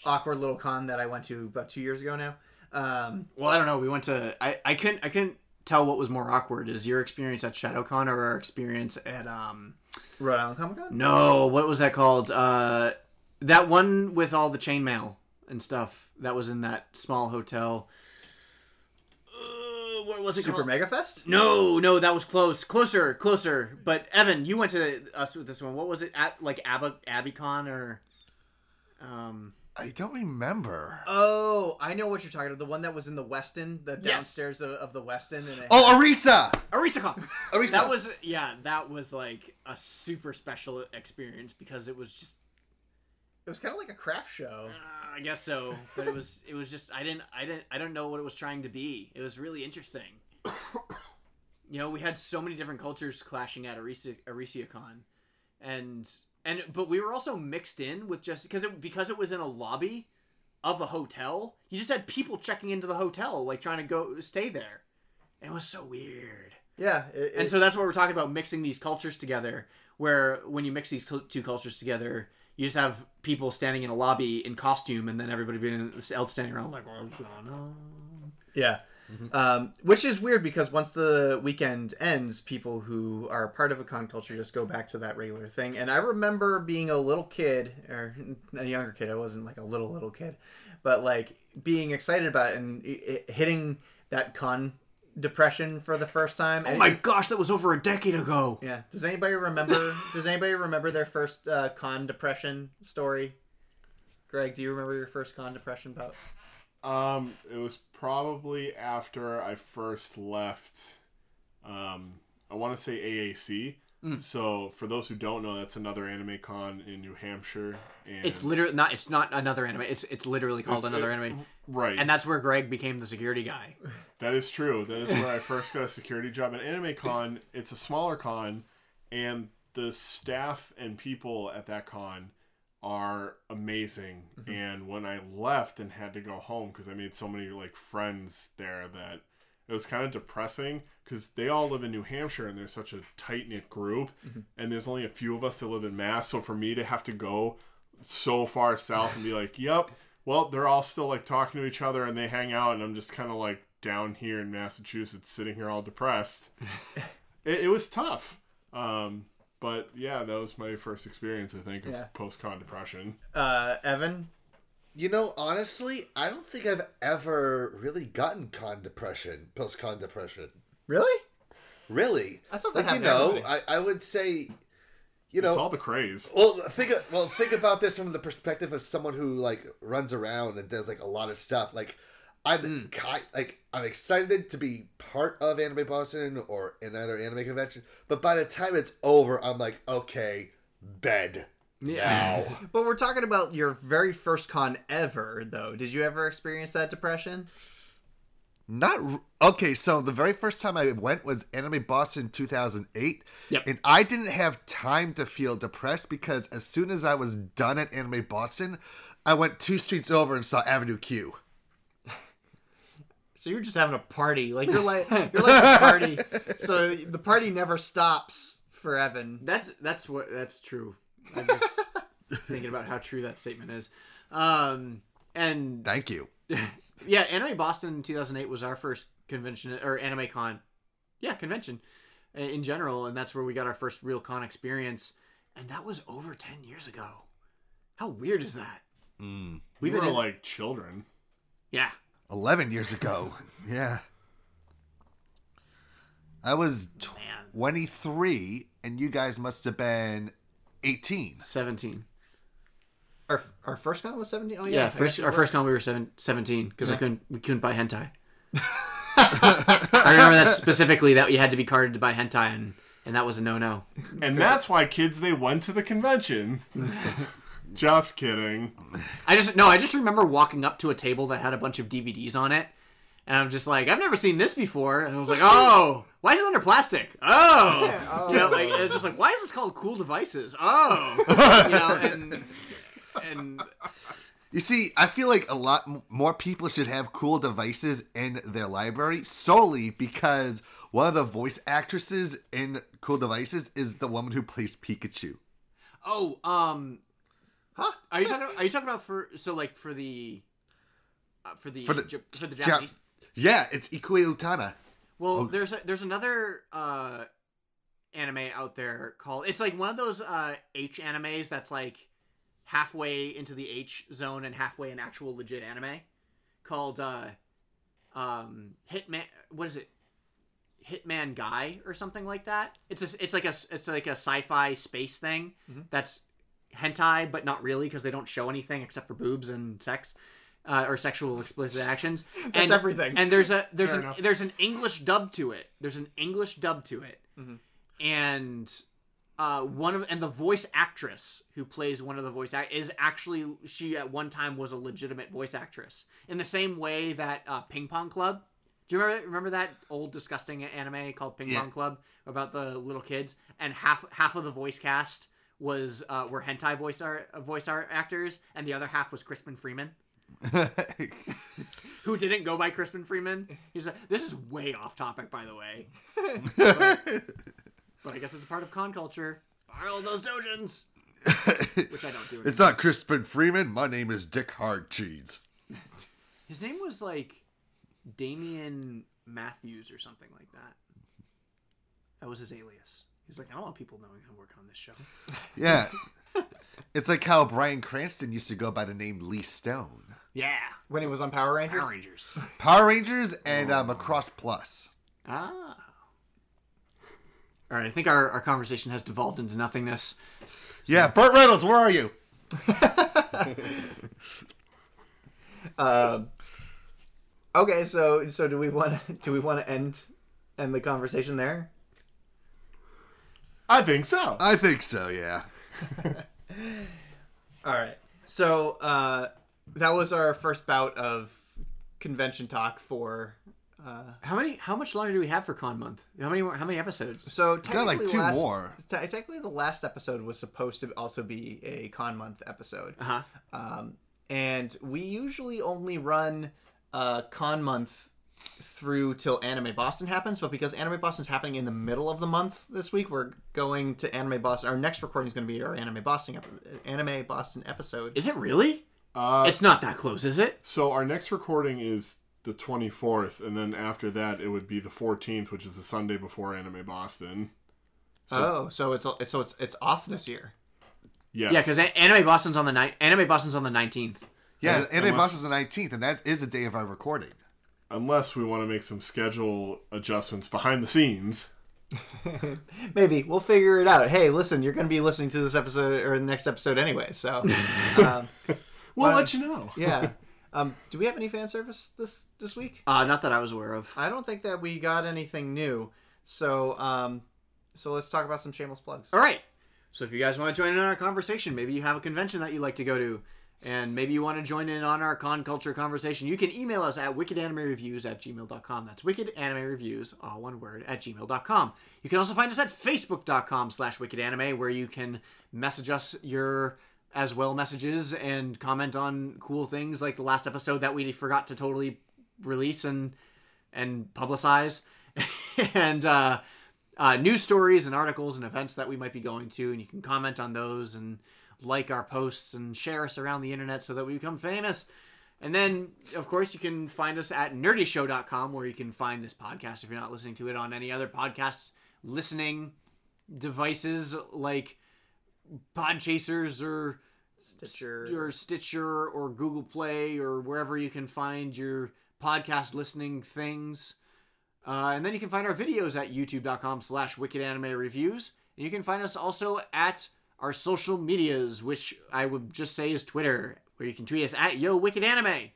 awkward little con that I went to about two years ago now. Um,
Well, I don't know. We went to I, I couldn't I couldn't tell what was more awkward is your experience at ShadowCon or our experience at um
Rhode Island Comic Con.
No, what was that called? Uh, that one with all the chainmail and stuff that was in that small hotel. Uh, what was it?
Super
called?
Mega Fest?
No, no, that was close, closer, closer. But Evan, you went to us with this one. What was it at? Like Abba, Abicon or? Um,
I don't remember.
Oh, I know what you're talking about. The one that was in the Westin, the
Yes.
downstairs of, of the Westin. And it-
Oh, Arisa!
ArisaCon.
Arisa.
That was yeah. That was like a super special experience because it was just
It was kind of like a craft show.
I guess so, but it was it was just I didn't I didn't I don't know what it was trying to be. It was really interesting. you know, we had so many different cultures clashing at Arisa ArisiaCon, and and but we were also mixed in with just because it because it was in a lobby of a hotel. You just had people checking into the hotel, like trying to go stay there. And it was so weird.
Yeah, it-
and
it-
so that's what we're talking about mixing these cultures together. Where when you mix these t- two cultures together, you just have people standing in a lobby in costume, and then everybody being else standing around like, what's going on? Mm-hmm.
Yeah. Um, which is weird because once the weekend ends, people who are part of a con culture just go back to that regular thing. And I remember being a little kid, or a younger kid, I wasn't like a little, little kid, but like being excited about it and i i- hitting that con depression for the first time.
Oh my gosh, that was over a decade ago.
Yeah. Does anybody remember? does anybody remember their first uh, con depression story? Greg, do you remember your first con depression bout?
Um, it was probably after I first left. Um, I want to say AAC.
Mm.
So for those who don't know, that's another anime con in New Hampshire. And
It's literally not. It's not another anime. It's it's literally called
It's-
another
it-
anime.
right.
And that's where Greg became the security guy.
That is true. That is where I first got a security job at Anime Con. It's a smaller con, and the staff and people at that con are amazing. And when I left and had to go home because I made so many like friends there that it was kind of depressing because they all live in New Hampshire and they're such a tight knit group, and there's only a few of us that live in Mass. So for me to have to go so far south and be like, yep, well, they're all still like talking to each other and they hang out, and I'm just kind of like down here in Massachusetts, sitting here all depressed. it, it was tough. Um, but yeah, that was my first experience, I think, of
Yeah.
post con depression.
Uh, Evan?
You know, honestly, I don't think I've ever really gotten con depression, post con depression.
Really?
Really?
I thought that
like, you
happened to
know,
everybody.
I, I would say, you know,
it's all the craze.
Well, think of- well think about this from the perspective of someone who like runs around and does like a lot of stuff. Like I'm
Hmm.
ki- like I'm excited to be part of Anime Boston or another anime convention, but by the time it's over, I'm like, okay, bed. Now.
but we're talking about your very first con ever, though. Did you ever experience that depression?
Not r- okay. So the very first time I went was Anime Boston 2008, and I didn't have time to feel depressed because as soon as I was done at Anime Boston, I went two streets over and saw Avenue Q.
So you're just having a party, like you're like you're like a party. So the party never stops for Evan.
That's that's what that's true. I'm just thinking about how true that statement is. Um, and
Thank you.
yeah, Anime Boston 2008 was our first convention or Anime Con, yeah, convention uh, in general, and that's where we got our first real con experience, and that was over 10 years ago. How weird is that?
Mm.
We've
We
been
were
in-
like children.
Yeah.
11 years ago. yeah. I was 23, and you guys must have been 18.
17.
Our, our first con was 17? Oh, yeah.
yeah,
I
first
guess
our
it was.
first con we were seven, 17 because I
Yeah.
couldn't we couldn't buy hentai. I remember that specifically that you had to be carded to buy hentai and and that was a no no.
And that's why kids they went to the convention. Just kidding.
I just no, I just remember walking up to a table that had a bunch of DVDs on it, and I'm just like, I've never seen this before, and I was like, oh, why is it under plastic? Oh, you know, like it's just like, why is this called Cool Devices? Oh, you know, and and
You see, I feel like a lot m- more people should have cool devices in their library solely because one of the voice actresses in Cool Devices is the woman who plays Pikachu.
oh, um, huh? Are you talking? Are you talking about for so like for the uh, for the
For the-
Jap- for the
Ja-
Japanese?
Yeah, it's Ikue Utana.
Well,
Oh.
there's a, there's another uh, anime out there called it's like one of those uh, H animes that's like halfway into the H zone and halfway an actual legit anime called uh, um, Hitman. What is it? Hitman Guy or something like that. It's a, it's like a it's like a sci-fi space thing
Mm-hmm.
Mhm.
that's hentai, but not really because they don't show anything except for boobs and sex. Uh, or sexual explicit actions.
That's
and,
everything.
And there's a there's
Fair
an
enough.
there's an English dub to it. There's an English dub to it,
Mm-hmm.
and uh, one of and the voice actress who plays one of the voice act is actually she at one time was a legitimate voice actress in the same way that uh, Ping Pong Club. Do you remember remember that old disgusting anime called Ping
Yeah.
Pong Club about the little kids and half half of the voice cast was uh, were hentai voice art uh, voice art actors and the other half was Crispin Freeman who didn't go by Crispin Freeman. He's like, this is way off topic, by the way. but, but I guess it's a part of con culture. Fire all those dojins, which I don't do.
It's
anymore.
not Crispin Freeman. My name is Dick Hard Cheese.
His name was like Damien Matthews or something like that. That was his alias. He's like, I don't want people knowing I work on this show.
Yeah. it's like how Brian Cranston used to go by the name Lee Stone.
Yeah.
When he was on Power Rangers?
Power Rangers.
Power Rangers and um, Across Plus.
Ah. All right, I think our, our conversation has devolved into nothingness.
Yeah, Burt Reynolds, where are you?
Uh, okay, so so do we want to do we want to end end the conversation there?
I think so.
I think so, yeah.
All right. So uh, that was our first bout of convention talk for. Uh,
How many? How much longer do we have for Con Month? How many more? How many episodes?
so technically, last-
more.
te- technically, the last episode was supposed to also be a con month episode,
Uh-huh.
um, and we usually only run uh, con month through till Anime Boston happens. But because Anime Boston's happening in the middle of the month this week, we're going to Anime Boston. Our next recording is going to be our Anime Boston ep- Anime Boston episode.
Is it really?
Uh,
it's not that close, is it?
So our next recording is the 24th, and then after that it would be the 14th, which is the Sunday before Anime Boston.
oh, so it's it's- so it's it's off this year.
Yes.
Yeah, because Anime Boston's on the ni- Anime Boston's on the nineteenth.
Yeah,
Unless-
Anime Bus is the 19th, and that is the day of our recording.
Unless we want to make some schedule adjustments behind the scenes.
Maybe we'll figure it out. Hey, listen, you're going to be listening to this episode or the next episode anyway, so um,
We'll let you know.
yeah.
Um, do we have any fan service this this week?
Uh, not that I was aware of.
I don't think that we got anything new. So um, so let's talk about some shameless plugs.
All right. So if you guys want to join in on our conversation, maybe you have a convention that you like to go to, and maybe you want to join in on our con culture conversation, you can email us at wickedanimereviews at gmail.com. That's wickedanimereviews, all one word, at gmail.com. You can also find us at facebook.com slash wickedanime, where you can message us your as well messages and comment on cool things like the last episode that we forgot to totally release and and publicize and uh, uh, news stories and articles and events that we might be going to and you can comment on those and like our posts and share us around the internet so that we become famous and then of course you can find us at nerdyshow.com where you can find this podcast if you're not listening to it on any other podcast listening devices like Podchasers or
Stitcher.
or Stitcher or Google Play or wherever you can find your podcast listening things. Uh, and then you can find our videos at youtube.com slash wicked anime reviews. And you can find us also at our social medias, which I would just say is Twitter, where you can tweet us at yo wicked anime.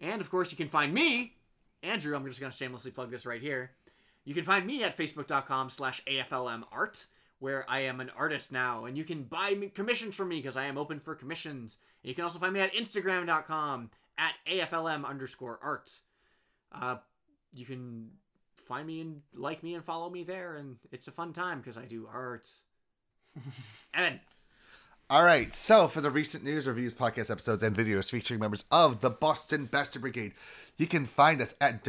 And of course, you can find me, Andrew. I'm just going to shamelessly plug this right here. You can find me at facebook.com slash aflmart where I am an artist now, and you can buy me commissions from me because I am open for commissions. And you can also find me at Instagram.com at AFLM underscore art. Uh, you can find me and like me and follow me there, and it's a fun time because I do art. Evan.
All right, so for the recent news, reviews, podcast episodes, and videos featuring members of the Boston Bastard Brigade, you can find us at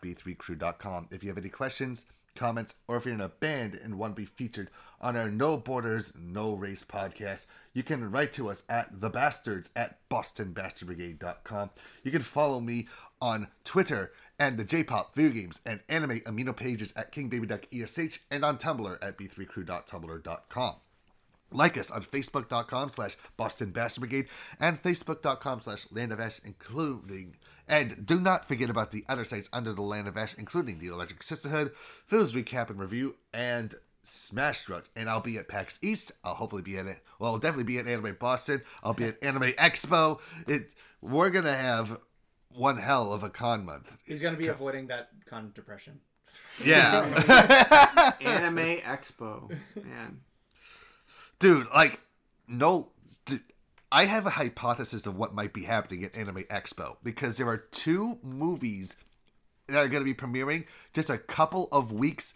www.b3crew.com. If you have any questions, comments, or if you're in a band and want to be featured on our No Borders, No Race podcast, you can write to us at thebastards at bostonbastardbrigade.com. You can follow me on Twitter and the J-pop, video games, and anime amino pages at kingbabyduckesh E and on Tumblr at b3crew.tumblr.com. Like us on Facebook.com slash Boston Bastard Brigade and Facebook.com slash Land of Ash, including and do not forget about the other sites under the Land of Ash, including the Electric Sisterhood, Phil's Recap and Review, and Smash Truck. And I'll be at PAX East. I'll hopefully be at it. Well, I'll definitely be at Anime Boston. I'll be at Anime Expo. It. We're gonna have one hell of a con month.
He's going to be avoiding that con depression.
Yeah.
Anime Expo. Man.
Dude, like, no. Dude, I have a hypothesis of what might be happening at Anime Expo because there are two movies that are going to be premiering just a couple of weeks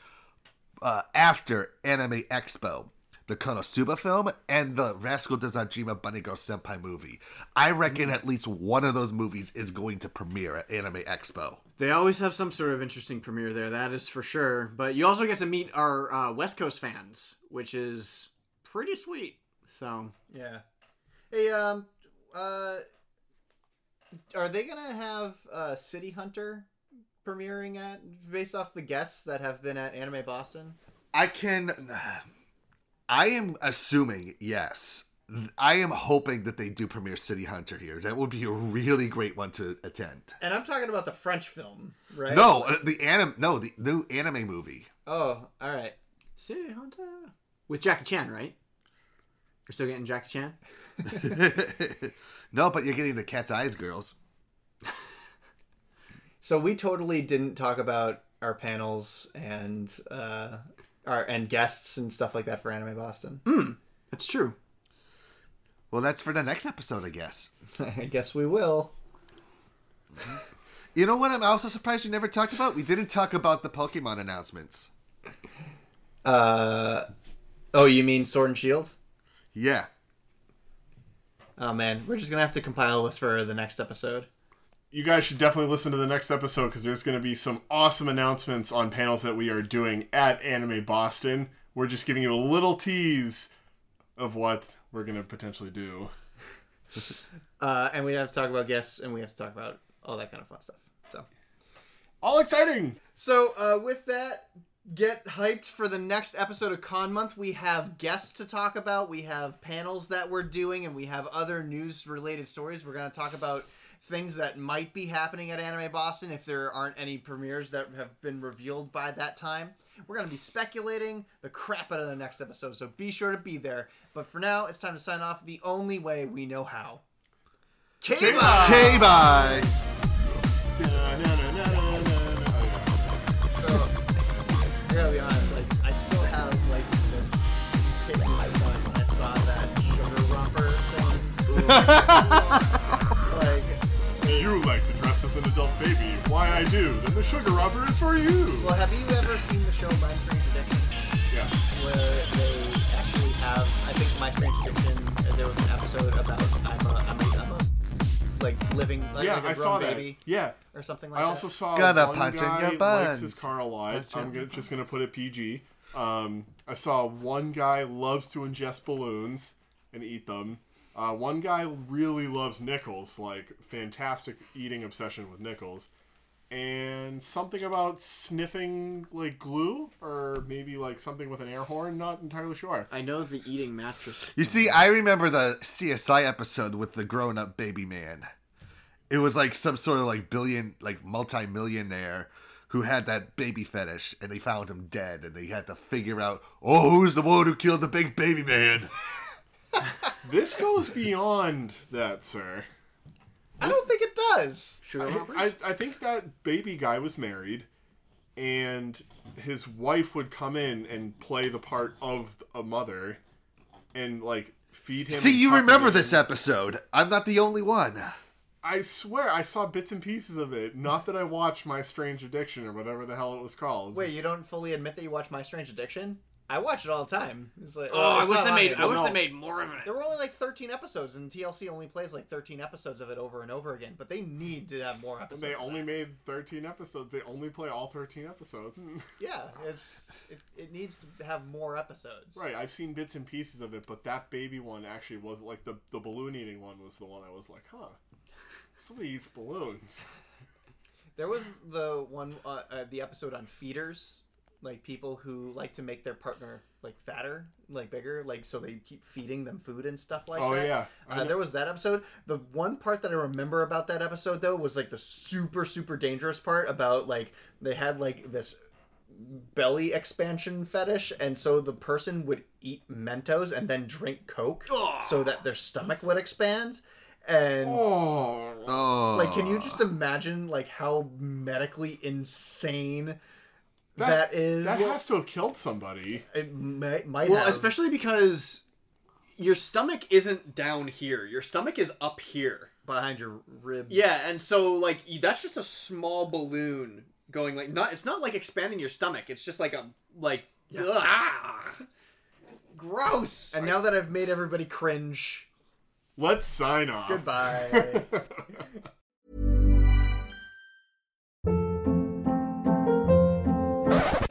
uh, after Anime Expo. The Konosuba film and the Rascal Does Not Dream of Bunny Girl Senpai movie. I reckon at least one of those movies is going to premiere at Anime Expo.
They always have some sort of interesting premiere there, that is for sure. But you also get to meet our uh, West Coast fans, which is pretty sweet. So,
Yeah. Hey, um, uh, are they gonna have uh, City Hunter premiering at based off the guests that have been at Anime Boston?
I can. I am assuming yes. I am hoping that they do premiere City Hunter here. That would be a really great one to attend.
And I'm talking about the French film, right?
No, uh, the anim. No, the new anime movie.
Oh, all right.
City Hunter with Jackie Chan, right? We're still getting Jackie Chan.
no, but you're getting the cat's eyes, girls.
So we totally didn't talk about our panels and uh, our and guests and stuff like that for Anime Boston.
Hmm, that's true.
Well, that's for the next episode, I guess.
I guess we will.
You know what? I'm also surprised we never talked about. We didn't talk about the Pokemon announcements.
Uh, oh, you mean Sword and Shield?
Yeah.
Oh man, we're just gonna have to compile this for the next episode.
you guys should definitely listen to the next episode because there's going to be some awesome announcements on panels that we are doing at Anime Boston. We're just giving you a little tease of what we're going to potentially do.
Uh, and we have to talk about guests, and we have to talk about all that kind of fun stuff. So,
all exciting.
So, uh, with that, get hyped for the next episode of Con Month. We have guests to talk about. We have panels that we're doing, and we have other news-related stories. We're going to talk about things that might be happening at Anime Boston if there aren't any premieres that have been revealed by that time. We're going to be speculating the crap out of the next episode, so be sure to be there. But for now, it's time to sign off the only way we know how.
K-Bye.
K-Bye.
So, I gotta be honest, like, I still have, like, this kick in my butt when I saw that sugar romper thing.
like, you like to dress as an adult baby. Why I do, then the sugar romper is for you.
Well, have you ever seen the show My Strange Addiction?
Yeah.
Where they actually have, I think, My Strange Addiction, uh, there was an episode about I'm a, I'm a, I'm a like, living, like,
yeah,
like a
I
grown
saw
baby.
that. Yeah,
Or something like
I
that.
also saw
Gotta
one
punch in
guy
your
likes his
buns.
car a lot.
Punch
I'm
in
gonna, just gonna put it PG. Um, I saw one guy loves to ingest balloons and eat them. Uh, one guy really loves nickels, like fantastic eating obsession with nickels, and something about sniffing like glue or maybe like something with an air horn. Not entirely sure.
I know the eating mattress.
You see, I remember the CSI episode with the grown up baby man. It was like some sort of like billion, like multi millionaire who had that baby fetish and they found him dead and they had to figure out, oh, who's the one who killed the big baby man?
This goes beyond that, sir.
I don't think it does.
Sugar
I, I think that baby guy was married, and his wife would come in and play the part of a mother, and like feed him.
See,
and
you
tuck
remember
him in.
this episode. I'm not the only one.
I swear I saw bits and pieces of it. Not that I watched My Strange Addiction or whatever the hell it was called.
Wait, you don't fully admit that you watch My Strange Addiction? I watch it all the time. It's like,
Oh, I
it's
wish
not
they
on
made.
here.
I wish they
No.
made more of it.
There were only like 13 episodes, and TLC only plays like 13 episodes of it over and over again. But they need to have more episodes.
they
of
only
that.
made thirteen episodes. They only play all thirteen episodes.
Yeah, it's it, it needs to have more episodes.
Right, I've seen bits and pieces of it, but that baby one actually was like the the balloon eating one was the one I was like, huh, somebody eats balloons.
There was the one uh, uh, the episode on feeders, like people who like to make their partner like fatter, like bigger, like so they keep feeding them food and stuff like
Oh,
that.
yeah. I
uh,
know.
there was that episode. The one part that I remember about that episode though was like the super super dangerous part about like they had like this belly expansion fetish and so the person would eat mentos and then drink coke so that their stomach would expand and
Oh.
like can you just imagine like how medically insane
oh.
that is
That has to have killed somebody.
it may, might
Well,
have.
especially because your stomach isn't down here. Your stomach is up here.
behind your ribs
Yeah, and so like you, that's just a small balloon going like not. It's not like expanding your stomach. It's just like a like. ah, gross
and now that i've made everybody cringe
Let's sign off.
goodbye